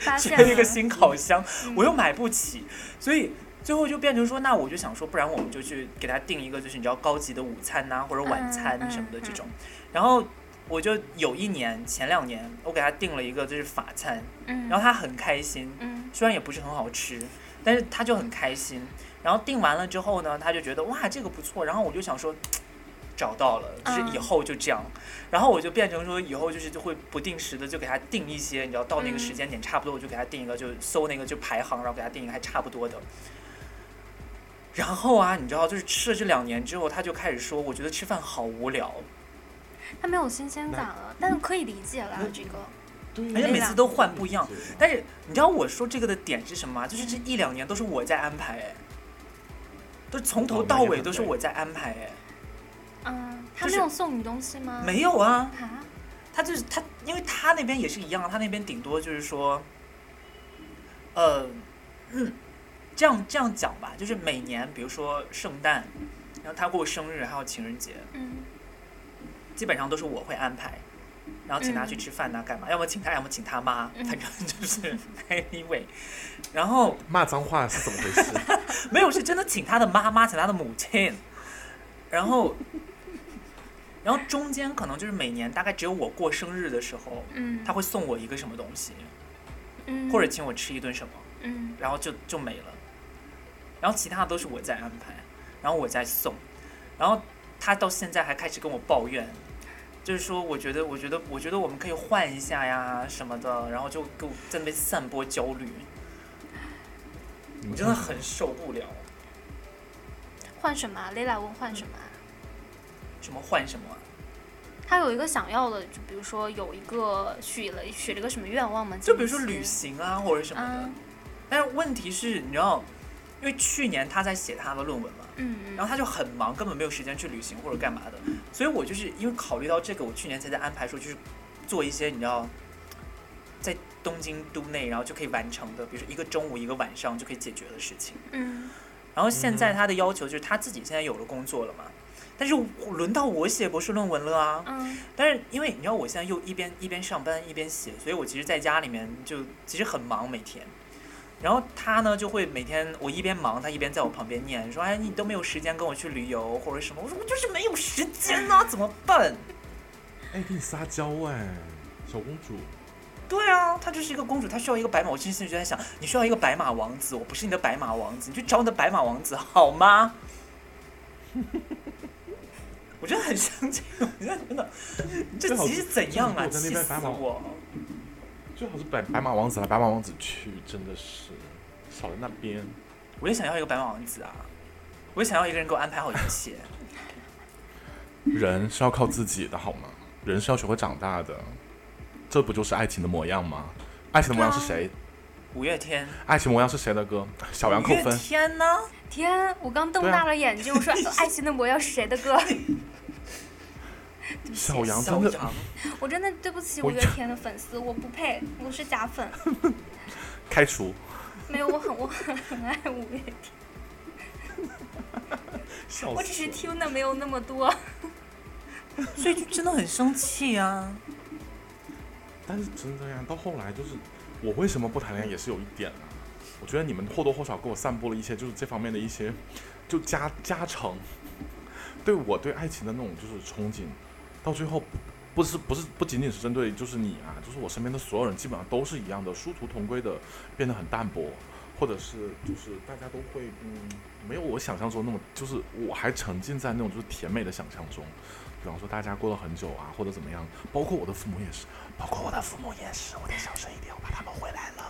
Speaker 3: 发现
Speaker 2: 缺一个
Speaker 3: 了
Speaker 2: 新烤箱，
Speaker 3: 嗯
Speaker 2: 我又买不起，所以最后就变成说，那我就想说，不然我们就去给他订一个，就是你知道高级的午餐呐、或者晚餐
Speaker 3: 嗯嗯
Speaker 2: 什么的这
Speaker 3: 嗯
Speaker 2: 种。然后我就有一年前两年，我给他订了一个就是法餐，
Speaker 3: 嗯，
Speaker 2: 然后他很开心，
Speaker 3: 嗯
Speaker 2: 虽然也不是很好吃，但是他就很开心。然后订完了之后呢，他就觉得哇这个不错，然后我就想说。嘖找到了，就是以
Speaker 3: 嗯
Speaker 2: 后就这样，然后我就变成说以后就是就会不定时的就给他订一些，你知道到那个
Speaker 3: 嗯
Speaker 2: 时间点差不多，我就给他订一个，就搜那个就排行，然后给他订一个还差不多的。然后啊，你知道就是吃了这两年之后，他就开始说，我觉得吃饭好无聊，
Speaker 3: 他没有新鲜感了，但是可以理解啦，这个
Speaker 1: 对
Speaker 2: 而且
Speaker 3: 对
Speaker 2: 哎每
Speaker 3: 啦
Speaker 2: 次都换不一样。
Speaker 1: 但
Speaker 2: 但是你知道我说这个的点是什么吗？就是这一两年都是我在安排，哎，都是从头到尾都是我在安排，哎，
Speaker 3: 嗯，他
Speaker 2: 就
Speaker 3: 没
Speaker 2: 是
Speaker 3: 有送你东西吗？
Speaker 2: 没有啊，
Speaker 3: 啊，
Speaker 2: 他就是他，因为他那边也是一样，他那边顶多就是说，呃， 嗯，这样这样讲吧，就是每年比如说圣诞，然后他过生日还有情人节，
Speaker 3: 嗯
Speaker 2: 基本上都是我会安排，然后请他去吃饭呐、啊干嘛，要么请他，要么请他妈，
Speaker 3: 嗯
Speaker 2: 反正就是 anyway，然后。
Speaker 1: 骂脏话是怎么回 事？
Speaker 2: 没有，是真的请他的妈妈，请他的母亲， 然后，然后中间可能就是每年大概只有我过生日的时候，
Speaker 3: 嗯，
Speaker 2: 他会送我一个什么东西，
Speaker 3: 嗯
Speaker 2: 或者请我吃一顿什么，
Speaker 3: 嗯
Speaker 2: 然后就就没了，然后其他都是我在安排，然后我在送，然后他到现在还开始跟我抱怨。就是说，我觉得，我觉得，我觉得我们可以换一下呀什么的，然后就给我在那边散播焦虑，
Speaker 1: 你嗯
Speaker 2: 我真的很受不了。
Speaker 3: 换什么啊？雷拉问换什么啊？
Speaker 2: 什么换什么啊、
Speaker 3: 他有一个想要的，就比如说有一个许了许了个什么愿望吗？
Speaker 2: 就比如说
Speaker 3: 近期
Speaker 2: 旅行啊或者什么的。
Speaker 3: 啊，
Speaker 2: 但是问题是，你知道，因为去年他在写他的论文嘛，
Speaker 3: 嗯
Speaker 2: 然
Speaker 3: 嗯
Speaker 2: 后他就很忙，根本没有时间去旅行或者干嘛的。所以我就是因为考虑到这个，我去年才在安排说就是做一些你知道，在东京都内然后就可以完成的，比如说一个中午一个晚上就可以解决的事情。
Speaker 3: 嗯，
Speaker 2: 然后现在
Speaker 1: 嗯
Speaker 2: 他的要求就是他自己现在有了工作了嘛。但是我轮到我写博士论文了啊！
Speaker 3: 嗯
Speaker 2: 但是因为你知道，我现在又一边一边上班一边写，所以我其实在家里面就其实很忙每天。然后他呢就会每天我一边忙，他一边在我旁边念说：“哎，你都没有时间跟我去旅游或者什么。”我说：“我就是没有时间啊，怎么办
Speaker 1: 哎，给你撒娇哎，小公主，？”
Speaker 2: 对啊，她就是一个公主，她需要一个白马。我真心就在想，你需要一个白马王子，我不是你的白马王子，你去找你的白马王子好吗？ 我真的很生气，我真的真的，这
Speaker 1: 最好
Speaker 2: 急是怎样
Speaker 1: 最
Speaker 2: 啊？
Speaker 1: 好在那
Speaker 2: 气
Speaker 1: 边
Speaker 2: 死
Speaker 1: 白马
Speaker 2: 我！
Speaker 1: 最好是白白马王子来白马王子去，真的是少在那边。
Speaker 2: 我也想要一个白马王子啊！我也想要一个人给我安排好一切。
Speaker 1: 人是要靠自己的好吗？人是要学会长大的，这不就是爱情的模样吗？爱情的模样是谁？
Speaker 2: 五月天，
Speaker 3: 啊
Speaker 1: 爱情模样是谁的歌？小羊
Speaker 2: 五
Speaker 1: 扣
Speaker 2: 月
Speaker 1: 分。
Speaker 2: 天呢？
Speaker 3: 天，我刚瞪大了眼睛，我说
Speaker 2: 啊
Speaker 3: 《爱情的模样》是谁的歌？
Speaker 1: 小羊
Speaker 2: 小
Speaker 1: 真的，
Speaker 2: 羊，
Speaker 3: 我真的对不起
Speaker 1: 我
Speaker 3: 五月天的粉丝，我不配，我是假粉。
Speaker 1: 开除
Speaker 3: 没有，我很我很很爱五月天，
Speaker 1: 笑
Speaker 3: 我只是听的没有那么多。
Speaker 2: 所以就真的很生气 啊！
Speaker 1: 但是真的呀，到后来就是我为什么不谈恋爱也是有一点啊。我觉得你们或多或少给我散播了一些就是这方面的一些就加加成，对我对爱情的那种就是憧憬，到最后不不是不是不仅仅是针对就是你啊，就是我身边的所有人基本上都是一样的，殊途同归的，变得很淡薄，或者是就是大家都会嗯，没有我想象中那么，就是我还沉浸在那种就是甜美的想象中。比方说大家过了很久啊，或者怎么样，包括我的父母也是，包括我的父母也是，我得小声一点，我怕他们回来了。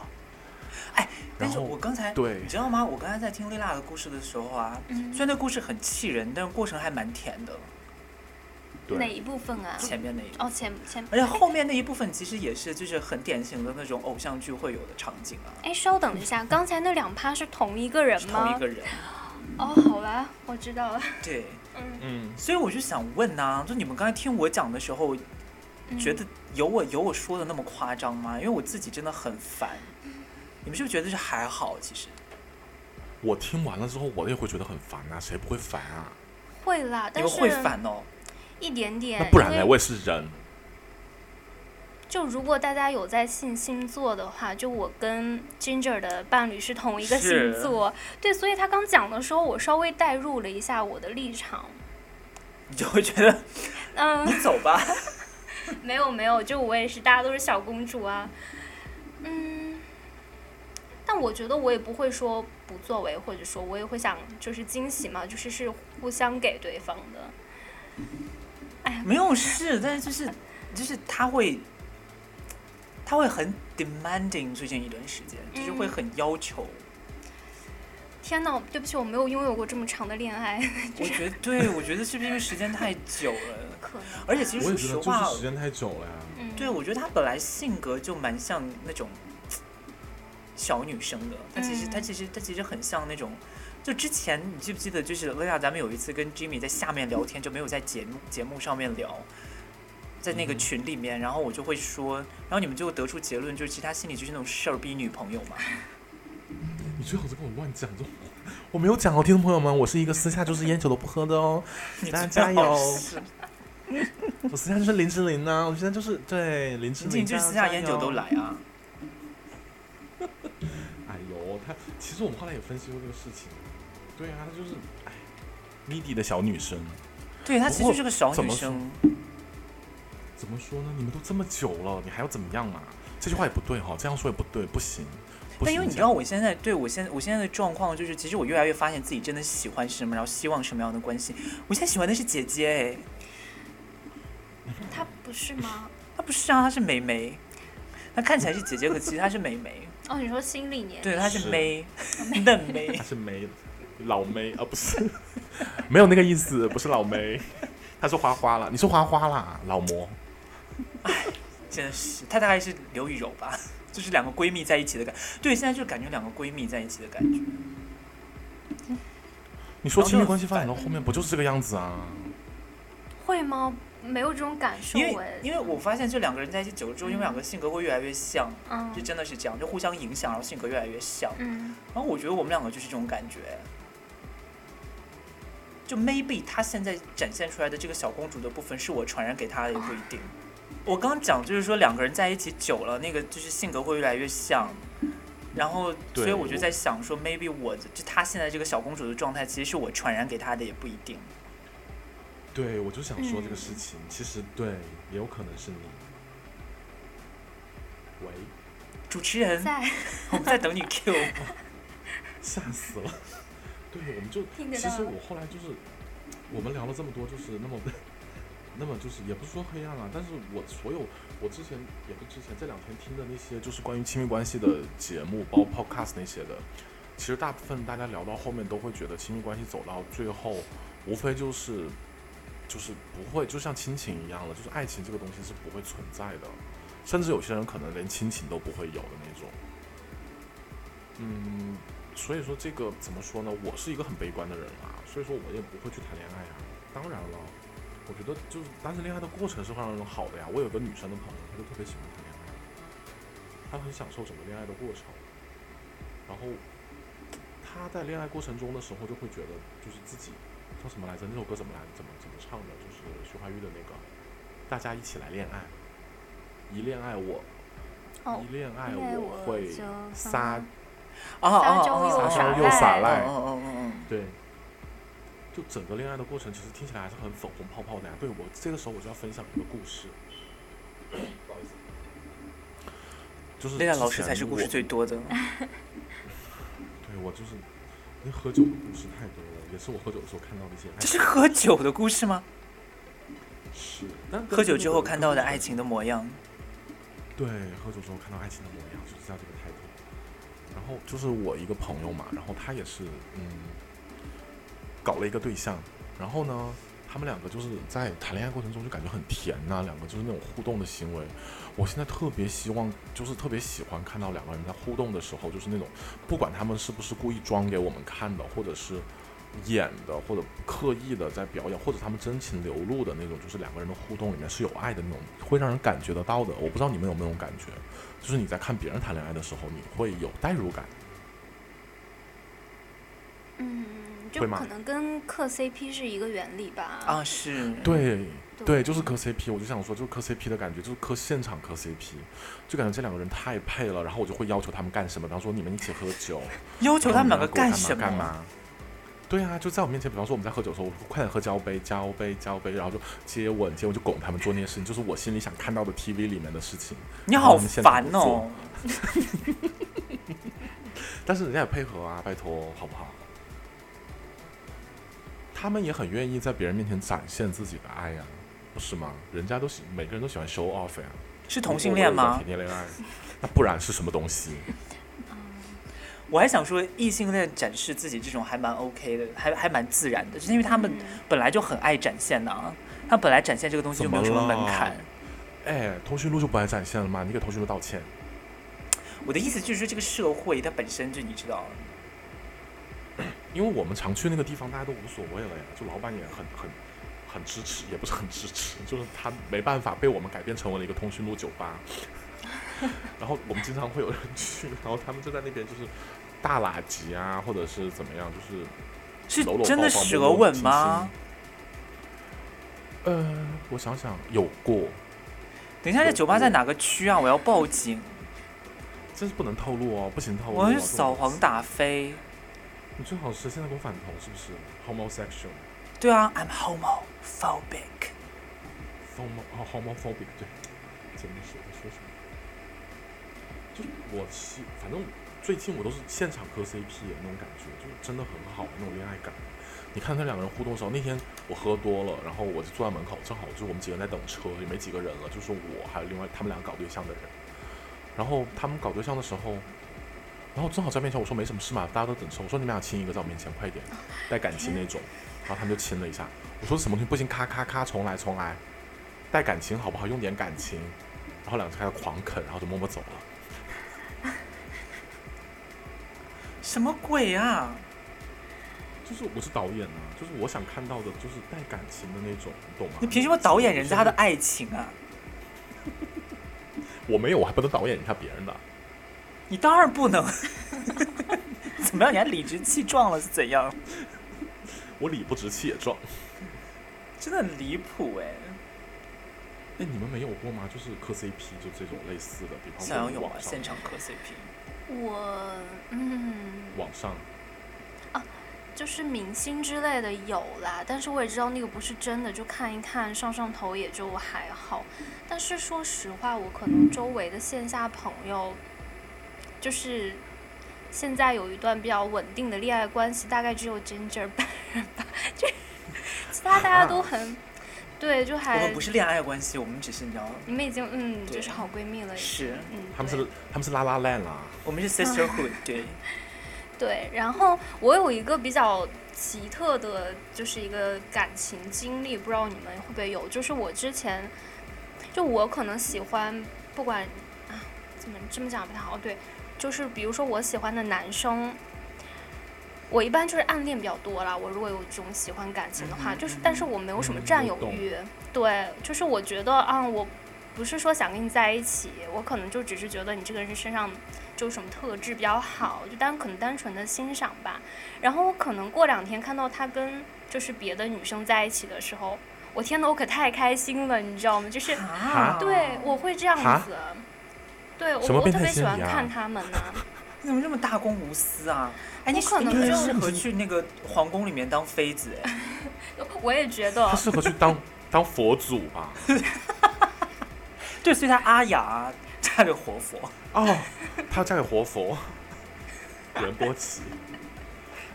Speaker 2: 哎，
Speaker 1: 然
Speaker 2: 但是
Speaker 1: 后
Speaker 2: 我刚才
Speaker 1: 对
Speaker 2: 你知道吗？我刚才在听丽娜的故事的时候啊，
Speaker 3: 嗯
Speaker 2: 虽然那故事很气人，但是过程还蛮甜的，
Speaker 3: 哪
Speaker 1: 对，
Speaker 3: 一部分啊？
Speaker 2: 前面那一。
Speaker 3: 哦，前前。
Speaker 2: 而且后面那一部分其实也是，就是很典型的那种偶像剧会有的场景啊，
Speaker 3: 哎，稍等一下，刚才那两趴是同一个人
Speaker 2: 是
Speaker 3: 吗？
Speaker 2: 同一个人。
Speaker 3: 哦，好吧，我知道了。
Speaker 2: 对，
Speaker 3: 嗯，
Speaker 1: 嗯，
Speaker 2: 所以我就想问呐、就你们刚才听我讲的时候，
Speaker 3: 嗯
Speaker 2: 觉得有我有我说的那么夸张吗？因为我自己真的很烦。你们是不是觉得是还好？其实
Speaker 1: 我听完了之后，我也会觉得很烦啊，谁不会烦啊？
Speaker 3: 嗯会啦，
Speaker 2: 你
Speaker 3: 但
Speaker 2: 们
Speaker 3: 是
Speaker 2: 会烦哦。
Speaker 3: 一点点。
Speaker 1: 那不然
Speaker 3: 因
Speaker 1: 呢？
Speaker 3: 为
Speaker 1: 我也是人。
Speaker 3: 就如果大家有在信星座的话，就我跟 Ginger 的伴侣是同一个星
Speaker 2: 是
Speaker 3: 座，对，所以他刚讲的时候，我稍微代入了一下我的立场。
Speaker 2: 你就会觉得
Speaker 3: 嗯，
Speaker 2: 你走吧，
Speaker 3: 没有没有，就我也是，大家都是小公主啊。嗯，但我觉得我也不会说不作为，或者说我也会想就是惊喜嘛，就是是互相给对方的。
Speaker 2: 没有事，但是就是就是他会，他会很 demanding 最近一段时间，就是会
Speaker 3: 嗯
Speaker 2: 很要求。
Speaker 3: 天呐，对不起，我没有拥有过这么长的恋爱，
Speaker 2: 我觉得对，我觉得是不是因为时间太久 了？
Speaker 3: 可能。
Speaker 2: 而且其实
Speaker 1: 我也
Speaker 2: 说
Speaker 1: 觉
Speaker 2: 实
Speaker 1: 得就
Speaker 2: 话，
Speaker 1: 是时间太久了呀。
Speaker 3: 嗯，
Speaker 2: 对，我觉得她本来性格就蛮像那种小女生的，她其实、她
Speaker 3: 嗯
Speaker 2: 其实她其实很像那种。就之前你记不记得，就是薇娅，咱们有一次跟 Jimmy 在下面聊天，就没有在节目节目上面聊，在那个
Speaker 1: 嗯
Speaker 2: 群里面，然后我就会说，然后你们就得出结论，就是其实他心里就是那种事儿逼女朋友嘛。
Speaker 1: 哎你最好是跟我乱讲这种话，我没有讲哦，听众朋友们，我是一个私下就是烟酒都不喝的哦，
Speaker 2: 你
Speaker 1: 大家
Speaker 2: 最好
Speaker 1: 加油
Speaker 2: 是
Speaker 1: 我私下就是林志玲啊呐、我现在就是对林志
Speaker 2: 你
Speaker 1: 玲，
Speaker 2: 进去私
Speaker 1: 大
Speaker 2: 下
Speaker 1: 家
Speaker 2: 烟酒
Speaker 1: 加
Speaker 2: 都
Speaker 1: 油
Speaker 2: 来啊。
Speaker 1: 哎呦，他其实我们后来也分析过这个事情。对啊，她就是哎，谜底的小女生。
Speaker 2: 对，她
Speaker 1: 不
Speaker 2: 其实
Speaker 1: 过
Speaker 2: 就是个小
Speaker 1: 怎
Speaker 2: 女
Speaker 1: 么
Speaker 2: 生。
Speaker 1: 怎么说呢？你们都这么久了，你还要怎么样啊？这句话也不对哈、这样说也不对，不行。不行
Speaker 2: 但因为你知
Speaker 1: 这样
Speaker 2: 道，我现在对我现我现在的状况就是，其实我越来越发现自己真的喜欢什么，然后希望什么样的关系。我现在喜欢的是姐哎姐，
Speaker 3: 他不是吗？
Speaker 2: 哎，她不是啊，她是妹妹，她看起来是姐姐，可其实她是妹妹，
Speaker 3: 哦，你说心理年
Speaker 2: 对，她是
Speaker 1: 是
Speaker 2: 妹，嫩妹
Speaker 1: 她。 是梅老梅啊，不是， 没有那个意思，不是老梅，她是花花啦，你是花花啦，老魔。
Speaker 2: 真的是，她大概是刘雨柔吧，就是两个闺蜜在一起的感，对，现在就感觉两个闺蜜在一起的感觉。
Speaker 1: 你说
Speaker 2: 然后
Speaker 1: 亲密
Speaker 2: 就
Speaker 1: 关系发展到
Speaker 2: 反
Speaker 1: 后面不就是这个样子啊？
Speaker 3: 会吗？没有这种感受
Speaker 2: 因为
Speaker 3: 哎。
Speaker 2: 因为我发现这两个人在一起久了之后，因为两个性格会越来越像，
Speaker 3: 嗯
Speaker 2: 就真的是这样，就互相影响，然后性格越来越像。
Speaker 3: 嗯
Speaker 2: 然后我觉得我们两个就是这种感觉，就 maybe 她现在展现出来的这个小公主的部分是我传染给她的，也不一定。我刚讲就是说两个人在一起久了，那个就是性格会越来越像，然后
Speaker 1: 对
Speaker 2: 所以我就在想说，maybe 我的就她现在这个小公主的状态，其实是我传染给她的，也不一定。
Speaker 1: 对，我就想说这个
Speaker 3: 嗯
Speaker 1: 事情，其实对，也有可能是你。喂，
Speaker 2: 主持人，
Speaker 3: 在
Speaker 2: 我 们在等你 Q。
Speaker 1: 吓死了。对，我们就
Speaker 3: 听得
Speaker 1: 其
Speaker 3: 到
Speaker 1: 实我后来就是，我们聊了这么多，就是那么， 那么就是也不是说黑暗啊，但是我所有我之前也不是之前这两天听的那些就是关于亲密关系的节目，包括 podcast 那些的，其实大部分大家聊到后面都会觉得亲密关系走到最后，无非就是就是不会就像亲情一样了，就是爱情这个东西是不会存在的，甚至有些人可能连亲情都不会有的那种。嗯，所以说这个怎么说呢？我是一个很悲观的人啊，所以说我也不会去谈恋爱啊。当然了，我觉得就是单身恋爱的过程是非常好的呀。我有个女生的朋友，她就特别喜欢谈恋爱，她很享受整个恋爱的过程。然后她在恋爱过程中的时候，就会觉得就是自己叫什么来着？那首歌怎么来？怎么怎么唱的？就是徐怀钰的那个“大家一起来恋爱”，一恋爱我，
Speaker 3: 哦
Speaker 1: 一恋爱
Speaker 3: 恋爱
Speaker 1: 我
Speaker 3: 我
Speaker 1: 会
Speaker 3: 就
Speaker 1: 撒
Speaker 3: 嗯
Speaker 2: 哦哦
Speaker 3: 撒
Speaker 2: 哦
Speaker 3: 娇
Speaker 2: 哦
Speaker 3: 又
Speaker 1: 撒娇
Speaker 2: 哦
Speaker 1: 又
Speaker 3: 撒
Speaker 1: 撒
Speaker 2: 哦
Speaker 1: 赖
Speaker 2: 哦哦哦哦，
Speaker 1: 对，就整个恋爱的过程，其实听起来还是很粉红泡泡的呀、对我这个时候我就要分享一个故事，不好意思，就是
Speaker 2: 雷娜老
Speaker 1: 之
Speaker 2: 师
Speaker 1: 前
Speaker 2: 才是故事
Speaker 1: 我
Speaker 2: 最多的，
Speaker 1: 对我就是，因为喝酒的故事太多了，也是我喝酒的时候看到的一些爱
Speaker 2: 这
Speaker 1: 情
Speaker 2: 是喝酒的故事吗？
Speaker 1: 事。但
Speaker 2: 喝酒之后看到的爱，情的模样，
Speaker 1: 对，喝酒之后看到爱情的模样，就是这样这个态度。然后就是我一个朋友嘛，然后他也是嗯，搞了一个对象，然后呢，他们两个就是嗯在谈恋爱过程中就感觉很甜呐、两个就是那种互动的行为。我现在特别希望，就是特别喜欢看到两个人在互动的时候，就是那种不管他们是不是故意装给我们看的，或者是演的，或者刻意的在表演，或者他们真情流露的那种，就是两个人的互动里面是有爱的那种，会让人感觉得到的。我不知道你们有没有那种感觉，就是你在看别人谈恋爱的时候，你会有代入感。
Speaker 3: 嗯，就
Speaker 1: 会吗
Speaker 3: 可能跟磕 CP 是一个原理吧。
Speaker 2: 啊，是，
Speaker 1: 对
Speaker 3: 对
Speaker 1: 对，就是磕 CP，我就想说，就是磕 CP 的感觉，就是磕现场磕 CP，就感觉这两个人太配了，然后我就会要求他们干什么，比方说你们一起喝酒，
Speaker 2: 要求他们两个
Speaker 1: 然后你要给我干
Speaker 2: 什
Speaker 1: 嘛干
Speaker 2: 么？
Speaker 1: 嘛？对啊，就在我面前，比方说我们在喝酒的时候，我快点喝交杯，交杯，交杯，然后就接吻，接吻就拱他们做那些事情，就是我心里想看到的 TV 里面的事情。
Speaker 2: 你好
Speaker 1: 我们现在
Speaker 2: 烦
Speaker 1: 不
Speaker 2: 哦
Speaker 1: 做！但是人家也配合啊，拜托，好不好？他们也很愿意在别人面前展现自己的爱呀、不是吗？人家都喜，每个人都喜欢 show off 呀、
Speaker 2: 是同性恋吗
Speaker 1: 甜？甜恋爱，那不然是什么东西？
Speaker 3: 嗯
Speaker 2: 我还想说，异性恋展示自己这种还蛮 OK 的，还还蛮自然的，就是因为他们
Speaker 1: 嗯
Speaker 2: 本来就很爱展现呐、他本来展现这个东西就没有什么门
Speaker 1: 怎
Speaker 2: 槛
Speaker 1: 么。哎，通讯录就不爱展现了吗？你给通讯录道歉。
Speaker 2: 我的意思就是说，这个社会它本身就你知道，
Speaker 1: 因为我们常去那个地方，大家都无所谓了呀，就老板也很很很支持，也不是很支持， 就是他没办法被我们改变成为了一个通讯录酒吧。 然后我们经常会有人去，然后他们就在那边就是大垃圾啊，或者是怎么样，就是
Speaker 2: 是
Speaker 1: 搂搂抱抱
Speaker 2: 真的舌吻吗？
Speaker 1: 摸摸亲亲呃，我想想，有过，
Speaker 2: 等一下，这酒吧在哪个区啊？我要报警，
Speaker 1: 真是不能透露哦，不行透露、哦。
Speaker 2: 我要去
Speaker 1: 这种
Speaker 2: 扫黄打非。
Speaker 1: 你最好是现在给我反同，是不是？homosexual。
Speaker 2: 对啊，I'm homophobic。
Speaker 1: homo 哦 homophobic 对，真的是我说什么？就是我是反正最近我都是现场磕 CP 的那种感觉，就是真的很好那种恋爱感。你看他两个人互动的时候，那天我喝多了，然后我就坐在门口，正好就我们几个人在等车，也没几个人了，就是我还有另外他们俩搞对象的人。然后他们搞对象的时候，然后正好在面前，我说没什么事嘛，大家都等车，我说你们俩亲一个在我面前，快点，带感情那种。然后他们就亲了一下，我说什么东西不行，咔咔咔，重来重来。带感情好不好？用点感情。然后两个开始狂啃，然后就默默走了。
Speaker 2: 什么鬼啊？
Speaker 1: 就是我是导演啊，就是我想看到的，就是带感情的那种，你懂吗？
Speaker 2: 你凭什么导演人家的？爱情啊？
Speaker 1: 我没有，我还不能导演人家别人的。
Speaker 2: 你当然不能。 怎么样？你还理直气壮了是怎样？
Speaker 1: 我理不直气也壮。
Speaker 2: 真的很离谱哎、
Speaker 1: 哎，你们没有过吗？就是磕 CP 就这种类似的，比方
Speaker 2: 想要
Speaker 1: 说
Speaker 2: 有
Speaker 1: 网，
Speaker 2: 啊
Speaker 1: 上
Speaker 2: 现场磕 CP，
Speaker 3: 我嗯，
Speaker 1: 网上
Speaker 3: 就是明星之类的有啦，但是我也知道那个不是真的，就看一看上上头也就还好。但是说实话，我可能周围的线下朋友，就是现在有一段比较稳定的恋爱关系，大概只有 Ginger 本人吧，就其他大家都很对，就
Speaker 2: 啊我
Speaker 3: 还
Speaker 2: 们不是恋爱关系，我们只是你知道，
Speaker 3: 你们已经嗯，
Speaker 2: 对
Speaker 3: 就是好闺蜜了，
Speaker 2: 是
Speaker 3: 嗯，
Speaker 1: 他们
Speaker 3: 对
Speaker 1: 是他们是拉拉啊烂啦。
Speaker 2: 我们是 sisterhood，对，
Speaker 3: 对，然后我有一个比较奇特的，就是一个感情经历，不知道你们会不会有？就是我之前，就我可能喜欢，不管啊怎么这么讲不太好，对，就是比如说我喜欢的男生。我一般就是暗恋比较多啦。我如果有这种喜欢感情的话，
Speaker 2: 嗯哼
Speaker 3: 就是
Speaker 2: 嗯哼
Speaker 3: 但是我没有什么
Speaker 1: 嗯
Speaker 3: 占
Speaker 1: 我
Speaker 3: 有
Speaker 1: 懂
Speaker 3: 欲，对，就是我觉得啊、我不是说想跟你在一起，我可能就只是觉得你这个人身上就什么特质比较好，就单可能单纯的欣赏吧。然后我可能过两天看到他跟就是别的女生在一起的时候，我天呐，我可太开心了，你知道吗？就是
Speaker 2: 啊
Speaker 3: 对我会这样
Speaker 1: 哈
Speaker 3: 子，对我
Speaker 1: 什么
Speaker 3: 我
Speaker 1: 变
Speaker 3: 特
Speaker 1: 态
Speaker 3: 别喜
Speaker 1: 心
Speaker 3: 欢
Speaker 1: 理啊
Speaker 3: 看他们呢、
Speaker 2: 你怎么这么大公无私啊？哎，你
Speaker 3: 我可能
Speaker 2: 你很
Speaker 3: 就
Speaker 2: 适合去那个皇宫里面当妃子哎。
Speaker 3: 我也觉得
Speaker 2: 哦
Speaker 1: 他，适合去当当佛祖啊吧？
Speaker 2: 对，所以她阿雅嫁给活佛，
Speaker 1: 哦，他嫁给活佛，任波齐。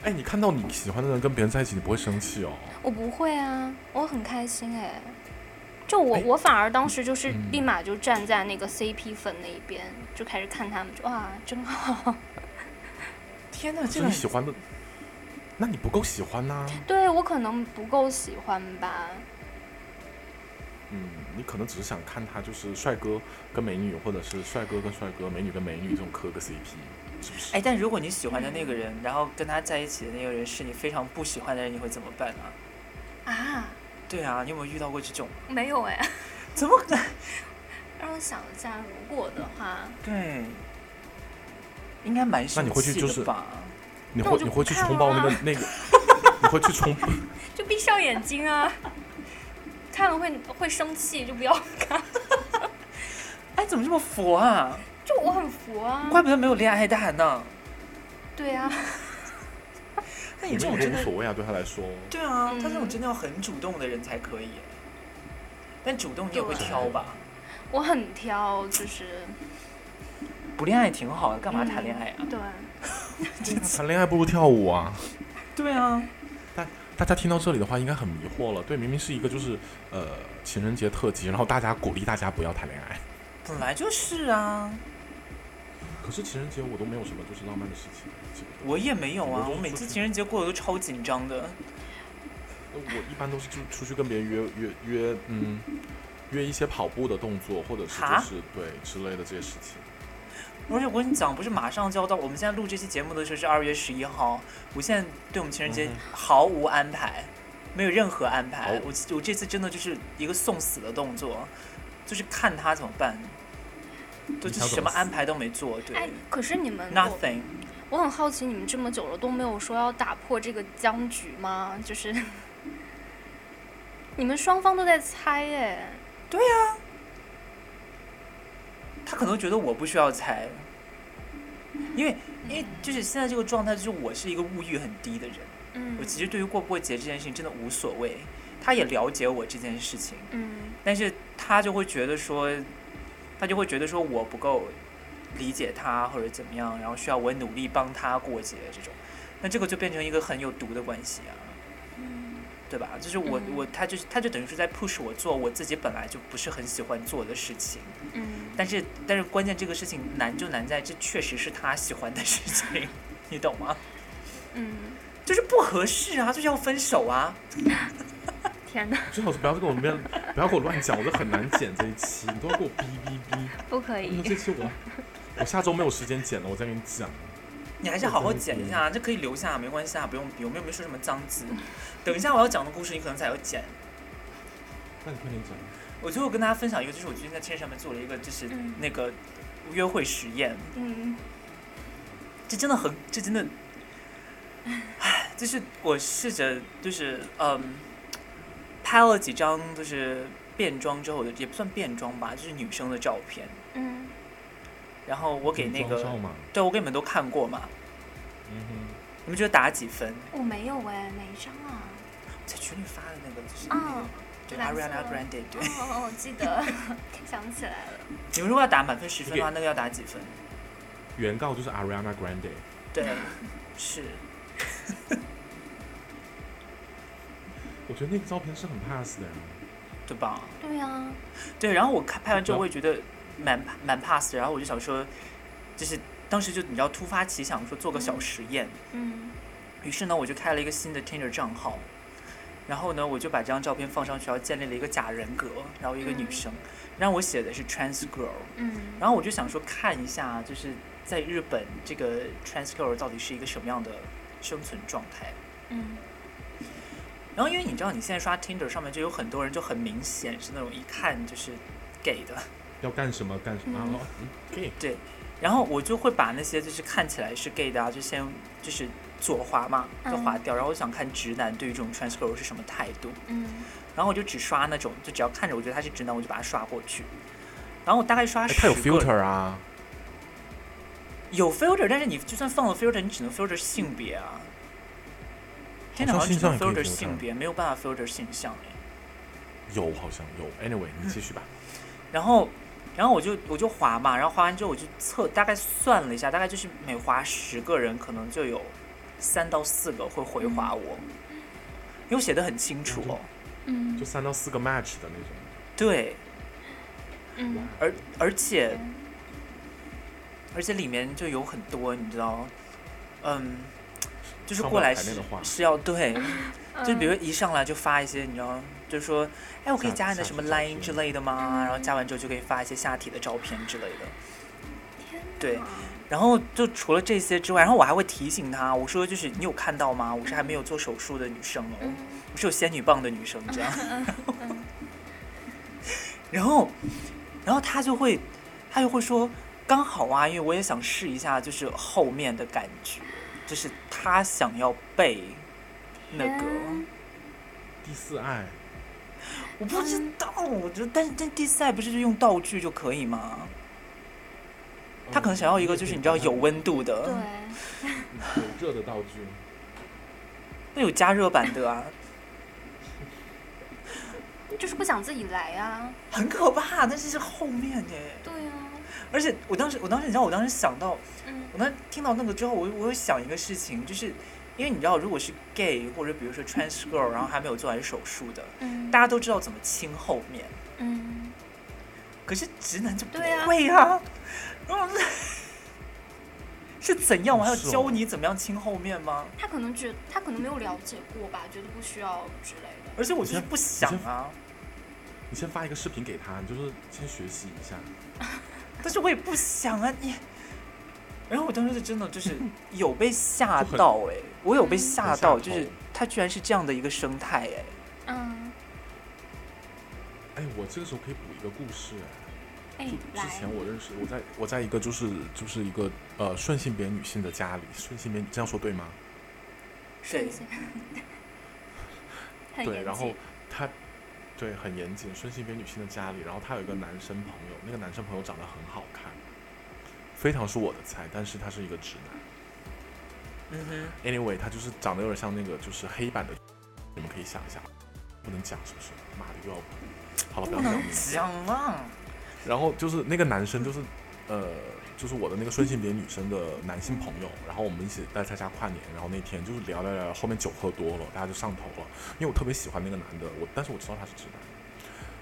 Speaker 1: 哎，你看到你喜欢的人跟别人在一起，你不会生气哦？
Speaker 3: 我不会啊，我很开心哎。就我
Speaker 1: 哎
Speaker 3: 我反而当时就是
Speaker 1: 嗯
Speaker 3: 立马就站在那个 CP 粉那一边，就开始看他们，就哇真好。
Speaker 2: 天哪，这
Speaker 1: 是
Speaker 2: 个
Speaker 1: 你
Speaker 2: 很
Speaker 1: 喜欢的，那你不够喜欢呐、
Speaker 3: 对我可能不够喜欢吧，
Speaker 1: 嗯，你可能只是想看他就是帅哥跟美女，或者是帅哥跟帅哥、美女跟美女这种磕个 CP，是不是？
Speaker 2: 哎，但如果你喜欢的那个人，然后跟他在一起的那个人是你非常不喜欢的人，你会怎么办呢、
Speaker 3: 啊，
Speaker 2: 对啊，你有没有遇到过这种？
Speaker 3: 没有哎。
Speaker 2: 怎么可能？
Speaker 3: 让我想一下，如果的话，
Speaker 2: 对，应该蛮
Speaker 1: 那
Speaker 2: 生
Speaker 1: 你会去
Speaker 2: 气
Speaker 1: 就是
Speaker 2: 的吧？
Speaker 1: 你
Speaker 3: 那我
Speaker 1: 会
Speaker 3: 就
Speaker 1: 你
Speaker 3: 不
Speaker 1: 会去
Speaker 3: 看
Speaker 1: 冲爆那个
Speaker 3: 了啊
Speaker 1: 那个，你会去 冲
Speaker 3: 就闭上眼 睛啊，看了会会生气，就不要。
Speaker 2: 哎，怎么这么佛啊？
Speaker 3: 就我很服啊，
Speaker 2: 怪不得没有恋爱蛋呢。
Speaker 3: 对啊，
Speaker 2: 那
Speaker 1: 你
Speaker 2: 你这
Speaker 1: 们
Speaker 2: 种
Speaker 1: 也
Speaker 2: 真
Speaker 1: 无
Speaker 2: 的，
Speaker 1: 所谓啊，对他来说。
Speaker 2: 对啊，
Speaker 3: 嗯
Speaker 2: 他这种真的要很主动的人才可以。但主动你也会挑吧？
Speaker 3: 我很挑，就是
Speaker 2: 不恋爱挺好的，干嘛谈恋爱啊？
Speaker 3: 嗯对，
Speaker 1: 谈恋爱不如跳舞啊！
Speaker 2: 对啊，
Speaker 1: 大家听到这里的话，应该很迷惑了。对，明明是一个就是呃情人节特辑，然后大家鼓励大家不要谈恋爱。
Speaker 2: 本来就是啊，
Speaker 1: 可是情人节我都没有什么就是浪漫的事情，这个
Speaker 2: 我也没有啊，
Speaker 1: 我
Speaker 2: 我每次情人节过得都超紧张的。
Speaker 1: 我一般都是就出去跟别人约约约，嗯，约一些跑步的动作，或者是就
Speaker 2: 哈
Speaker 1: 是对之类的这些事情。
Speaker 2: 而且我跟你讲，不是马上就要到，我们现在录这期节目的时候是二月十一号，我现在对我们情人节
Speaker 1: 嗯
Speaker 2: 毫无安排，没有任何安排
Speaker 1: 好。
Speaker 2: 我我这次真的就是一个送死的动作，就是看他怎么办，
Speaker 1: 你
Speaker 2: 对，就
Speaker 1: 想
Speaker 2: 是
Speaker 1: 怎
Speaker 2: 什
Speaker 1: 么
Speaker 2: 么
Speaker 1: 死
Speaker 2: 安排都没做，
Speaker 3: 哎
Speaker 2: 对，
Speaker 3: 可是你们我
Speaker 2: ，nothing。
Speaker 3: 我很好奇，你们这么久了都没有说要打破这个僵局吗？就是 你们双方都在猜哎耶，
Speaker 2: 他可能觉得我不需要猜，因为因为就是现在这个状态，就是我是一个物欲很低的人，
Speaker 3: 嗯
Speaker 2: 我其实对于过不过节这件事情真的无所谓，他也了解我这件事情。
Speaker 3: 嗯
Speaker 2: 但是他就会觉得说，他就会觉得说我不够理解他或者怎么样，然后需要我努力帮他过节这种，那这个就变成一个很有毒的关系啊，
Speaker 3: 嗯
Speaker 2: 对吧？就是我、
Speaker 3: 嗯
Speaker 2: 我他就是他就等于是在 push 我做我自己本来就不是很喜欢做的事情，
Speaker 3: 嗯，
Speaker 2: 但是但是关键这个事情难就难在这确实是他喜欢的事情，你懂吗？
Speaker 3: 嗯，
Speaker 2: 就是不合适啊，就是要分手啊。
Speaker 3: 天哪，
Speaker 1: 最好是不要给我们 不要给我乱讲，我这很难剪这一期，你都要给我哔哔哔。
Speaker 3: 不可
Speaker 2: 哎
Speaker 1: 那
Speaker 3: 以，
Speaker 1: 这期我我下周没有时间剪了，我再跟你讲。
Speaker 2: 你还是好好剪一下，这可以留下，没关系啊，不用，有没有没说什么脏字。
Speaker 3: 嗯
Speaker 2: 等一下我要讲的故事，你可能才要剪。
Speaker 1: 那你快点讲。
Speaker 2: 我最后跟大家分享一个，就是我最近在天上面做了一个，就是
Speaker 3: 嗯
Speaker 2: 那个约会实验，
Speaker 3: 嗯
Speaker 2: 这真的很，这真的，唉，就是我试着就是嗯，拍了几张就是变装之后的，也不算变装吧，就是女生的照片。
Speaker 3: 嗯
Speaker 2: 然后我给那
Speaker 1: 你装照
Speaker 2: 个，
Speaker 1: 嘛，
Speaker 2: 对我给你们都看过嘛，
Speaker 1: 嗯哼。
Speaker 2: 你们觉得打几分？
Speaker 3: 我没有哎，哪一张啊？
Speaker 2: 在群里发的那个就是那个
Speaker 3: 嗯，
Speaker 2: 对
Speaker 3: 蓝色
Speaker 2: Ariana Grande 对。
Speaker 3: 哦，我记得， 想起来了。
Speaker 2: 你们如果要打满分十分的话，那个要打几分？
Speaker 1: 原告就是 Ariana Grande。
Speaker 2: 对，是，
Speaker 1: 我觉得那个照片是很 pass 的呀、
Speaker 2: 对吧？
Speaker 3: 对啊呀、
Speaker 2: 对，然后我看拍完之后，
Speaker 1: 对
Speaker 2: 我也觉得蛮蛮 pass 的，然后我就想说，就是当时就你知道突发奇想说做个小实验，
Speaker 3: 嗯
Speaker 2: 于是呢我就开了一个新的 Tinder 账号，然后呢我就把这张照片放上去，然后建立了一个假人格，然后一个女
Speaker 3: 嗯
Speaker 2: 生，然后我写的是 trans girl，
Speaker 3: 嗯
Speaker 2: 然后我就想说看一下，就是在日本这个 trans girl 到底是一个什么样的生存状态。
Speaker 3: 嗯
Speaker 2: 然后因为你知道，你现在刷 Tinder 上面就有很多人就很明显是那种一看就是 gay 的，
Speaker 1: 要干什么干什么。
Speaker 3: 嗯
Speaker 1: 然后嗯，可以。
Speaker 2: 然后我就会把那些就是看起来是 gay 的啊，就先就是左滑嘛，就滑掉。然后我想看直男对于这种 trans girl 是什么态度，
Speaker 3: 嗯
Speaker 2: 然后我就只刷那种，就只要看着我觉得他是直男，我就把他刷过去。然后我大概刷
Speaker 1: 哎，
Speaker 2: 十
Speaker 1: 他
Speaker 2: 个，
Speaker 1: 有 filter 啊，
Speaker 2: 有 filter，但是你就算放了 filter，你只能 filter 性别啊。天哪，
Speaker 1: 好
Speaker 2: 好
Speaker 1: 像
Speaker 2: 像
Speaker 1: 性向也
Speaker 2: 只能
Speaker 1: 可
Speaker 2: filter
Speaker 1: 以
Speaker 2: 性
Speaker 1: filter
Speaker 2: 别，没有办法 filter 性向哎。
Speaker 1: 有好像有，anyway，你继续吧。
Speaker 2: 然后，然后我就我就划嘛，然后划完之后我就测，大概算了一下，大概就是每划十个人，可能就有三到四个会回划我，因为我写的很清楚哦。
Speaker 3: 嗯
Speaker 1: 就三到四个 match 的那种，
Speaker 2: 对，
Speaker 3: 嗯，
Speaker 2: 而而且而且里面就有很多，你知道，嗯，就是
Speaker 1: 上
Speaker 2: 过
Speaker 1: 不来
Speaker 2: 来
Speaker 1: 那
Speaker 2: 是
Speaker 1: 个话
Speaker 2: 是要对，
Speaker 3: 嗯
Speaker 2: 就比如一上来就发一些，你知道，就说，哎，我可以
Speaker 1: 下
Speaker 2: 加你的
Speaker 1: 下
Speaker 2: 什么
Speaker 1: 体照
Speaker 2: line
Speaker 1: 片
Speaker 2: 之类的吗？然后
Speaker 3: 嗯
Speaker 2: 加完之后就可以发一些下体的照片之类的。
Speaker 3: 呃天哪
Speaker 2: 对，然后就除了这些之外，然后我还会提醒她，我说就是你有看到吗？我是还没有做手术的女生哦，
Speaker 3: 嗯
Speaker 2: 我是有仙女棒的女生这样。 然后，然后她就会，她就会说刚好啊，因为我也想试一下，就是后面的感觉，就是她想要被那个，
Speaker 3: 天
Speaker 1: 第四爱，
Speaker 2: 我不
Speaker 3: 嗯
Speaker 2: 知道，我觉得但是但第四代不是就用道具就可以吗？她可能想要
Speaker 1: 嗯
Speaker 2: 一个就是你知道有温度的，
Speaker 3: 对，
Speaker 1: 有热的道具，
Speaker 2: 那有加热版的啊，
Speaker 3: 就是不想自己来啊，
Speaker 2: 很可怕，但是是后面哎。
Speaker 3: 对啊，
Speaker 2: 而且我当时，我当时你知道，我当时想到，
Speaker 3: 嗯
Speaker 2: 我当时听到那个之后，我我有想一个事情，就是因为你知道，如果是 gay 或者比如说 trans girl，然后还没有做完手术的，
Speaker 3: 嗯，
Speaker 2: 大家都知道怎么亲后面，
Speaker 3: 嗯，
Speaker 2: 可是直男就不
Speaker 3: 对啊
Speaker 2: 会啊， 然后我是是怎样？我还要
Speaker 1: 是哦
Speaker 2: 教你怎么样亲后面吗？
Speaker 3: 他可能觉他可能没有了解过吧，觉得不需要之类的，
Speaker 2: 而且我就是不想
Speaker 1: 你
Speaker 2: 啊，
Speaker 1: 你先发一个视频给他，你就是先学习一下。
Speaker 2: 但是我也不想啊你。然后我当时就真的就是有被吓
Speaker 1: 就很
Speaker 2: 到哎、我有被
Speaker 3: 嗯
Speaker 2: 吓
Speaker 1: 很吓
Speaker 2: 到，就是
Speaker 1: 头
Speaker 2: 它居然是这样的一个生态哎、
Speaker 3: 嗯，
Speaker 1: 哎，我这个时候可以补一个故事哎。
Speaker 3: 哎
Speaker 1: 就，之
Speaker 3: 来
Speaker 1: 前，我认识，我在我在一个就是就是一个呃顺性别女性的家里，顺性别女这样说对吗？
Speaker 2: 对
Speaker 3: 顺性很
Speaker 1: 对，
Speaker 3: 严
Speaker 1: 然后
Speaker 3: 谨
Speaker 1: 她对很严谨，顺性别女性的家里，然后她有一个男生朋友，那个男生朋友长得很好看，非常是我的菜，但是他是一个直男。
Speaker 2: 嗯哼。
Speaker 1: Anyway，他就是长得有点像那个就是黑板的，你们可以想一下，不能讲是不是？妈的又要好了，不要
Speaker 2: 不
Speaker 1: 讲
Speaker 2: 能
Speaker 1: 名字。
Speaker 2: 讲啊！
Speaker 1: 然后就是那个男生，就是呃，就是我的那个顺性别女生的男性朋友，然后我们一起在他家跨年，然后那天就是聊聊聊，后面酒喝多了，大家就上头了，因为我特别喜欢那个男的，我但是我知道他是直男，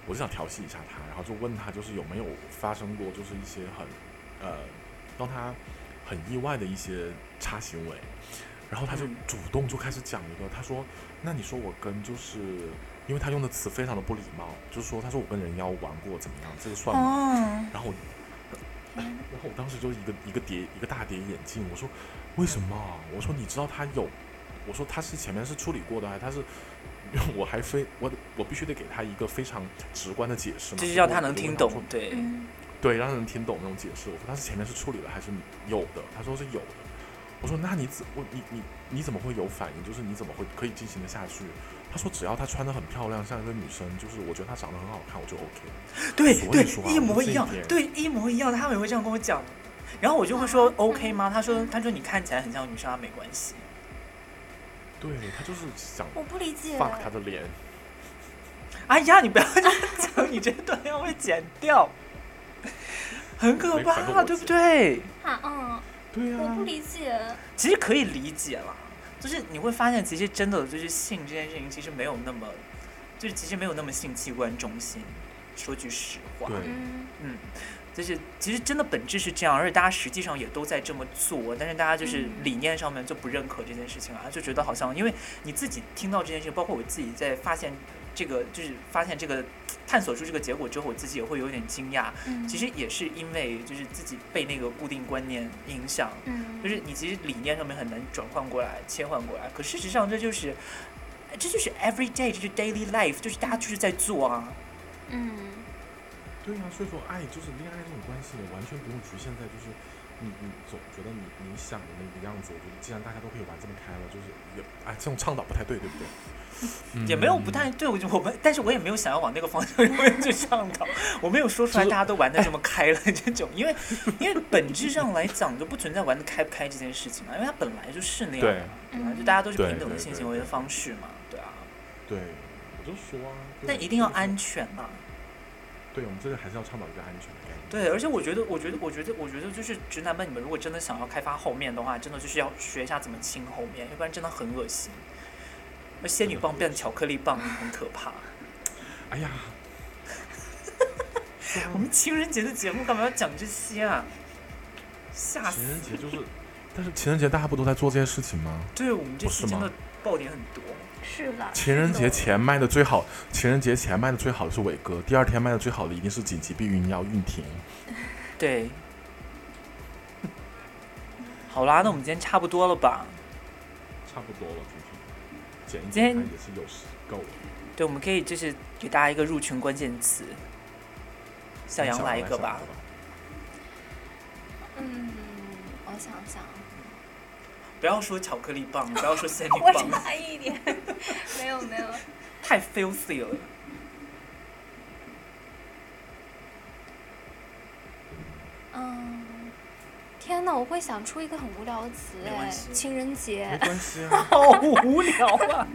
Speaker 1: 我就想调戏一下他，然后就问他就是有没有发生过就是一些很呃让他很意外的一些差行为，然后他就
Speaker 2: 嗯
Speaker 1: 主动就开始讲一个，他说那你说我跟就是。因为他用的词非常的不礼貌，就是说，他说我跟人妖玩过怎么样，这个算吗？
Speaker 2: 哦，
Speaker 1: 然后我，哎然后我当时就是一个一个叠一个大叠眼镜，我说为什么啊？我说你知道他有，我说他是前面是处理过的，还他是，我还非我我必须得给他一个非常直观的解释嘛，
Speaker 2: 就是
Speaker 1: 所以
Speaker 2: 要
Speaker 1: 我
Speaker 2: 他能
Speaker 1: 我就
Speaker 2: 听
Speaker 1: 问
Speaker 2: 懂
Speaker 1: 说，
Speaker 2: 对，
Speaker 3: 嗯，
Speaker 1: 对，让人听懂那种解释。我说他是前面是处理了还是有的？他说是有的。我说那你怎我你你你怎么会有反应？就是你怎么会可以进行的下去？他说只要她穿的很漂亮，像一个女生，就是我觉得她长得很好看，我就 OK。
Speaker 2: 对
Speaker 1: 所以
Speaker 2: 对
Speaker 1: 说，啊
Speaker 2: 一模一样
Speaker 1: 我们这一，点
Speaker 2: 对，一模一样，他们也会这样跟我讲，然后我就会说 OK 吗？他说他说你看起来很像女生啊，没关系。
Speaker 1: 对他就是想
Speaker 3: 我不理解，
Speaker 1: fuck 他的脸。
Speaker 2: 哎呀，你不要这样讲，你这段要被剪掉，很可
Speaker 1: 没反正
Speaker 2: 怕，
Speaker 1: 我
Speaker 2: 对不对？
Speaker 3: 啊，嗯，
Speaker 1: 对呀、
Speaker 3: 我不理解，
Speaker 2: 其实可以理解啦，就是你会发现，其实真的就是性这件事情，其实没有那么，就是其实没有那么性器官中心。说句实话，
Speaker 1: 对
Speaker 3: 嗯
Speaker 2: 嗯，就是其实真的本质是这样，而且大家实际上也都在这么做，但是大家就是
Speaker 3: 嗯
Speaker 2: 理念上面就不认可这件事情啊，就觉得好像因为你自己听到这件事情，包括我自己在发现这个，就是发现这个探索出这个结果之后，我自己也会有点惊讶。
Speaker 3: 嗯，
Speaker 2: 其实也是因为就是自己被那个固定观念影响，
Speaker 3: 嗯，
Speaker 2: 就是你其实理念上面很难转换过来、切换过来，可事实上这就是这就是 every day，这就是 daily life，就是大家就是在做啊。
Speaker 3: 嗯
Speaker 1: 啊对呀、所以说爱就是恋爱这种关系，完全不用局限在就是你你总觉得你你想的那个样子，我觉得既然大家都可以玩这么开了，就是也哎这种倡导不太对，对不对？嗯
Speaker 2: 也没有不太对，我就我们，但是我也没有想要往那个方向去倡导， 我没有说出来
Speaker 1: 就是
Speaker 2: 大家都玩的这么开了这种，因为因为本质上来讲就不存在玩的开不开这件事情嘛，因为它本来就是那样
Speaker 1: 对
Speaker 2: 的，本来就大家都是
Speaker 1: 对
Speaker 2: 平等的
Speaker 1: 对
Speaker 2: 性
Speaker 1: 对
Speaker 2: 行为的
Speaker 1: 对
Speaker 2: 方式嘛，对啊，
Speaker 1: 对，我就说啊，对
Speaker 2: 但一定要
Speaker 1: 就是
Speaker 2: 安全嘛，
Speaker 1: 对，我们这个还是要倡导一个安全的概念。
Speaker 2: 对，而且我觉得，我觉得，我觉得，我觉得就是直男们，你们如果真的想要开发后面的话，真的就是要学一下怎么清后面，要不然真的很恶心。而仙女棒变成巧克力棒很可怕。
Speaker 1: 哎 呀，啊
Speaker 2: 我们情人节的节目干嘛要讲这些啊？吓
Speaker 1: 情
Speaker 2: 死！
Speaker 1: 人节就是，但是情人节大家不都在做这些事情吗？
Speaker 2: 对我们这
Speaker 1: 不
Speaker 2: 期
Speaker 1: 是
Speaker 2: 真
Speaker 1: 吗
Speaker 2: 的爆点很多。
Speaker 3: 是啦。
Speaker 1: 情人
Speaker 3: 是
Speaker 1: 节
Speaker 3: 的
Speaker 1: 前卖的最好，情人节前卖的最好的是伟哥，第二天卖的最好的一定是紧急避孕药孕婷。
Speaker 2: 对。好啦，那我们今天差不多了吧？
Speaker 1: 差不多了，今天
Speaker 2: 今
Speaker 1: 剪一剪
Speaker 2: 天
Speaker 1: 它也是有时够了。
Speaker 2: 对，我们可以就是给大家一个入群关键词。小杨来一个吧。
Speaker 3: 嗯，我想想，
Speaker 2: 不要说巧克力棒，不要说 仙女
Speaker 3: 我
Speaker 2: 棒，
Speaker 3: 差一点，没有没有，
Speaker 2: 太 filthy 了。
Speaker 3: 嗯，天哪，我会想出一个很无聊的词
Speaker 2: 没关
Speaker 3: 哎
Speaker 2: 系，
Speaker 3: 情人
Speaker 1: 没
Speaker 3: 节，
Speaker 1: 关系 啊，
Speaker 2: 好无聊啊！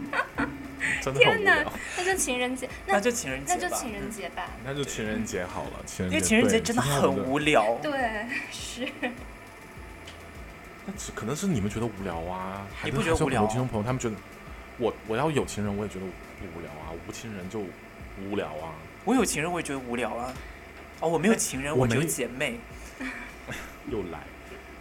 Speaker 1: 真的很无
Speaker 3: 天哪
Speaker 1: 聊。，
Speaker 3: 那就情人节，
Speaker 2: 那
Speaker 3: 那
Speaker 2: 就情人节
Speaker 3: 那
Speaker 2: 吧，
Speaker 3: 就情人节吧，
Speaker 1: 那就情人节好了，情人
Speaker 2: 因
Speaker 1: 节
Speaker 2: 为情人节真的很
Speaker 1: 无。
Speaker 2: 无聊。
Speaker 3: 对，是，
Speaker 1: 那只可能是你们觉得无聊啊，还
Speaker 2: 你
Speaker 1: 是
Speaker 2: 不觉得
Speaker 1: 还是有
Speaker 2: 无聊嗯
Speaker 1: 很多听众朋友他们觉得，我我要有情人我也觉得无聊啊，无情人就无聊啊。
Speaker 2: 我有情人，我也觉得无聊啊。哦，我没有情人，
Speaker 1: 哎我
Speaker 2: 我只有
Speaker 1: 没
Speaker 2: 姐妹。
Speaker 1: 又来，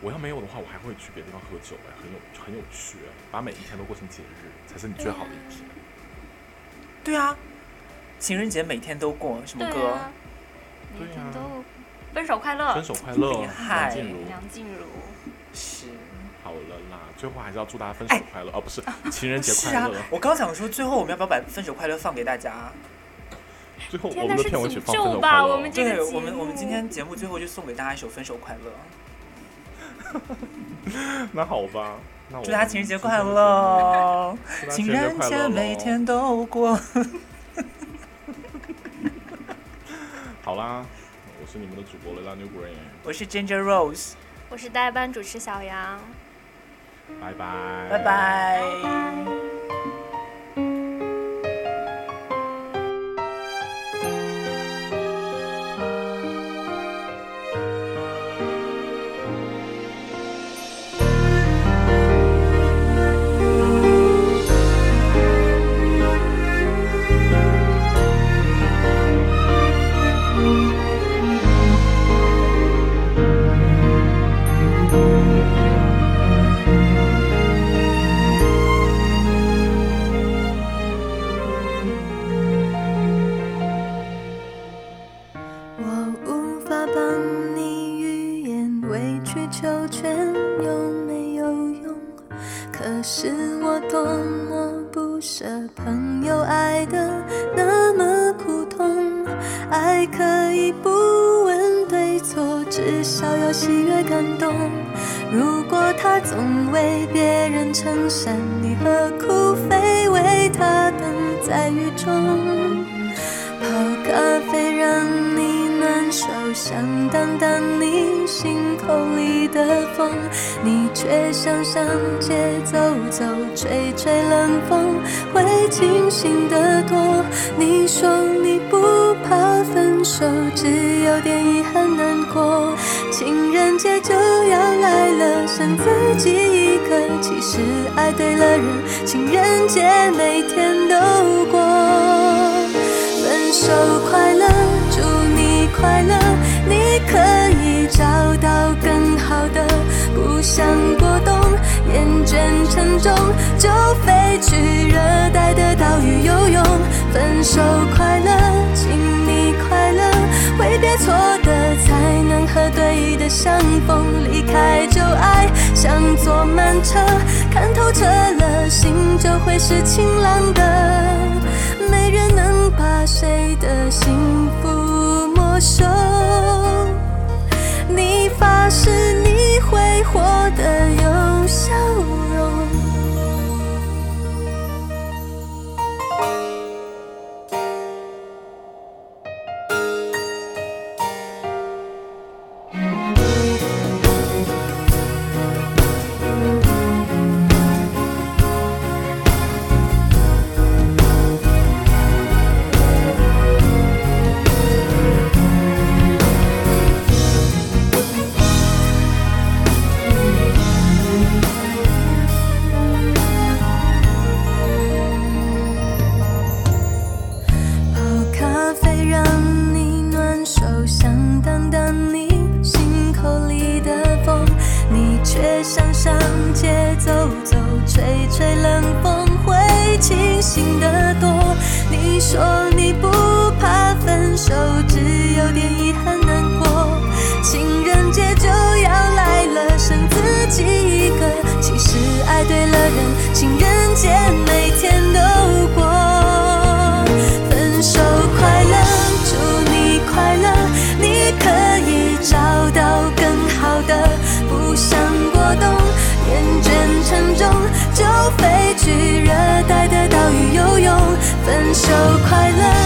Speaker 1: 我要没有的话，我还会去别的地方喝酒哎，很有很有趣哎，把每一天都过成节日才是你最好的一天。
Speaker 2: 对啊，情人节每天都过，什么
Speaker 3: 对
Speaker 2: 歌？
Speaker 3: 啊，每
Speaker 1: 对
Speaker 3: 天
Speaker 1: 啊
Speaker 3: 都分手快乐
Speaker 1: 分，手快乐，
Speaker 2: 哎厉害
Speaker 1: 梁静茹。
Speaker 3: 梁静茹，
Speaker 2: 是
Speaker 1: 好了啦，最后还是要祝大家分手快乐，哦不是情人节
Speaker 2: 哎是
Speaker 1: 快
Speaker 2: 啊
Speaker 1: 乐。，
Speaker 2: 我刚想说，最后我们要不要把《分手快乐》放给大家？
Speaker 1: 最后
Speaker 3: 天
Speaker 1: 我们的
Speaker 3: 哪是
Speaker 1: 片尾
Speaker 3: 诅
Speaker 1: 曲放分
Speaker 3: 咒
Speaker 1: 手
Speaker 3: 吧
Speaker 1: 快乐
Speaker 3: 我
Speaker 1: 哦，
Speaker 3: 们这个
Speaker 2: 对
Speaker 3: 节
Speaker 2: 我们，我们
Speaker 3: 目
Speaker 2: 今天节目最后就送给大家一首《分手快乐
Speaker 1: 哦那好吧，那我》，
Speaker 2: 祝大家情人节快，乐，
Speaker 1: 祝大家
Speaker 2: 情
Speaker 1: 情人
Speaker 2: 人
Speaker 1: 节快
Speaker 2: 节
Speaker 1: 乐
Speaker 2: 每
Speaker 1: 喽
Speaker 2: 天都过。
Speaker 1: 好啦，我是你们的主播流浪牛 green，
Speaker 2: 我是 Ginger Rose，
Speaker 3: 我是代班主持小杨，
Speaker 1: 拜拜，
Speaker 2: 拜。拜。
Speaker 3: 拜拜。
Speaker 4: 我无法帮你预言委曲求全有没有用，可是我多么不舍，朋友爱的那么苦痛，爱可以不问对错，至少要喜悦感动。如果他总为别人撑伞，你何苦非为他等在雨中？泡咖啡让你暖手，想挡挡你心口里的风，你却想上街走走，吹吹冷风，会清醒得多。你说你不怕分手，只有点遗憾难过。情人节就要来了，剩自己一个，其实爱对了人，情人节每天都过。分手快乐，祝你快乐，你可以找到更好的。不想过冬，厌倦沉重，就飞去热带的岛屿游泳。分手快乐，请你快乐，挥别错的才能和对的相逢。离开旧爱，像坐慢车，看透彻了，心就会是晴朗的。没人能把谁的幸福没收。你发誓你会活得有笑容。泡哦咖啡让你暖手，想挡挡你心口里的风，你却想上街走走，吹吹冷风会清醒得多。你说你不怕分手，只有点遗憾难过。情人节就要来了，剩自己一个。其实爱对了人，情人节每天都过。分手快乐，祝你快乐，你可以找到更好的。不想过冬，厌倦沉重，就飞去热带的岛屿游泳。分手快乐，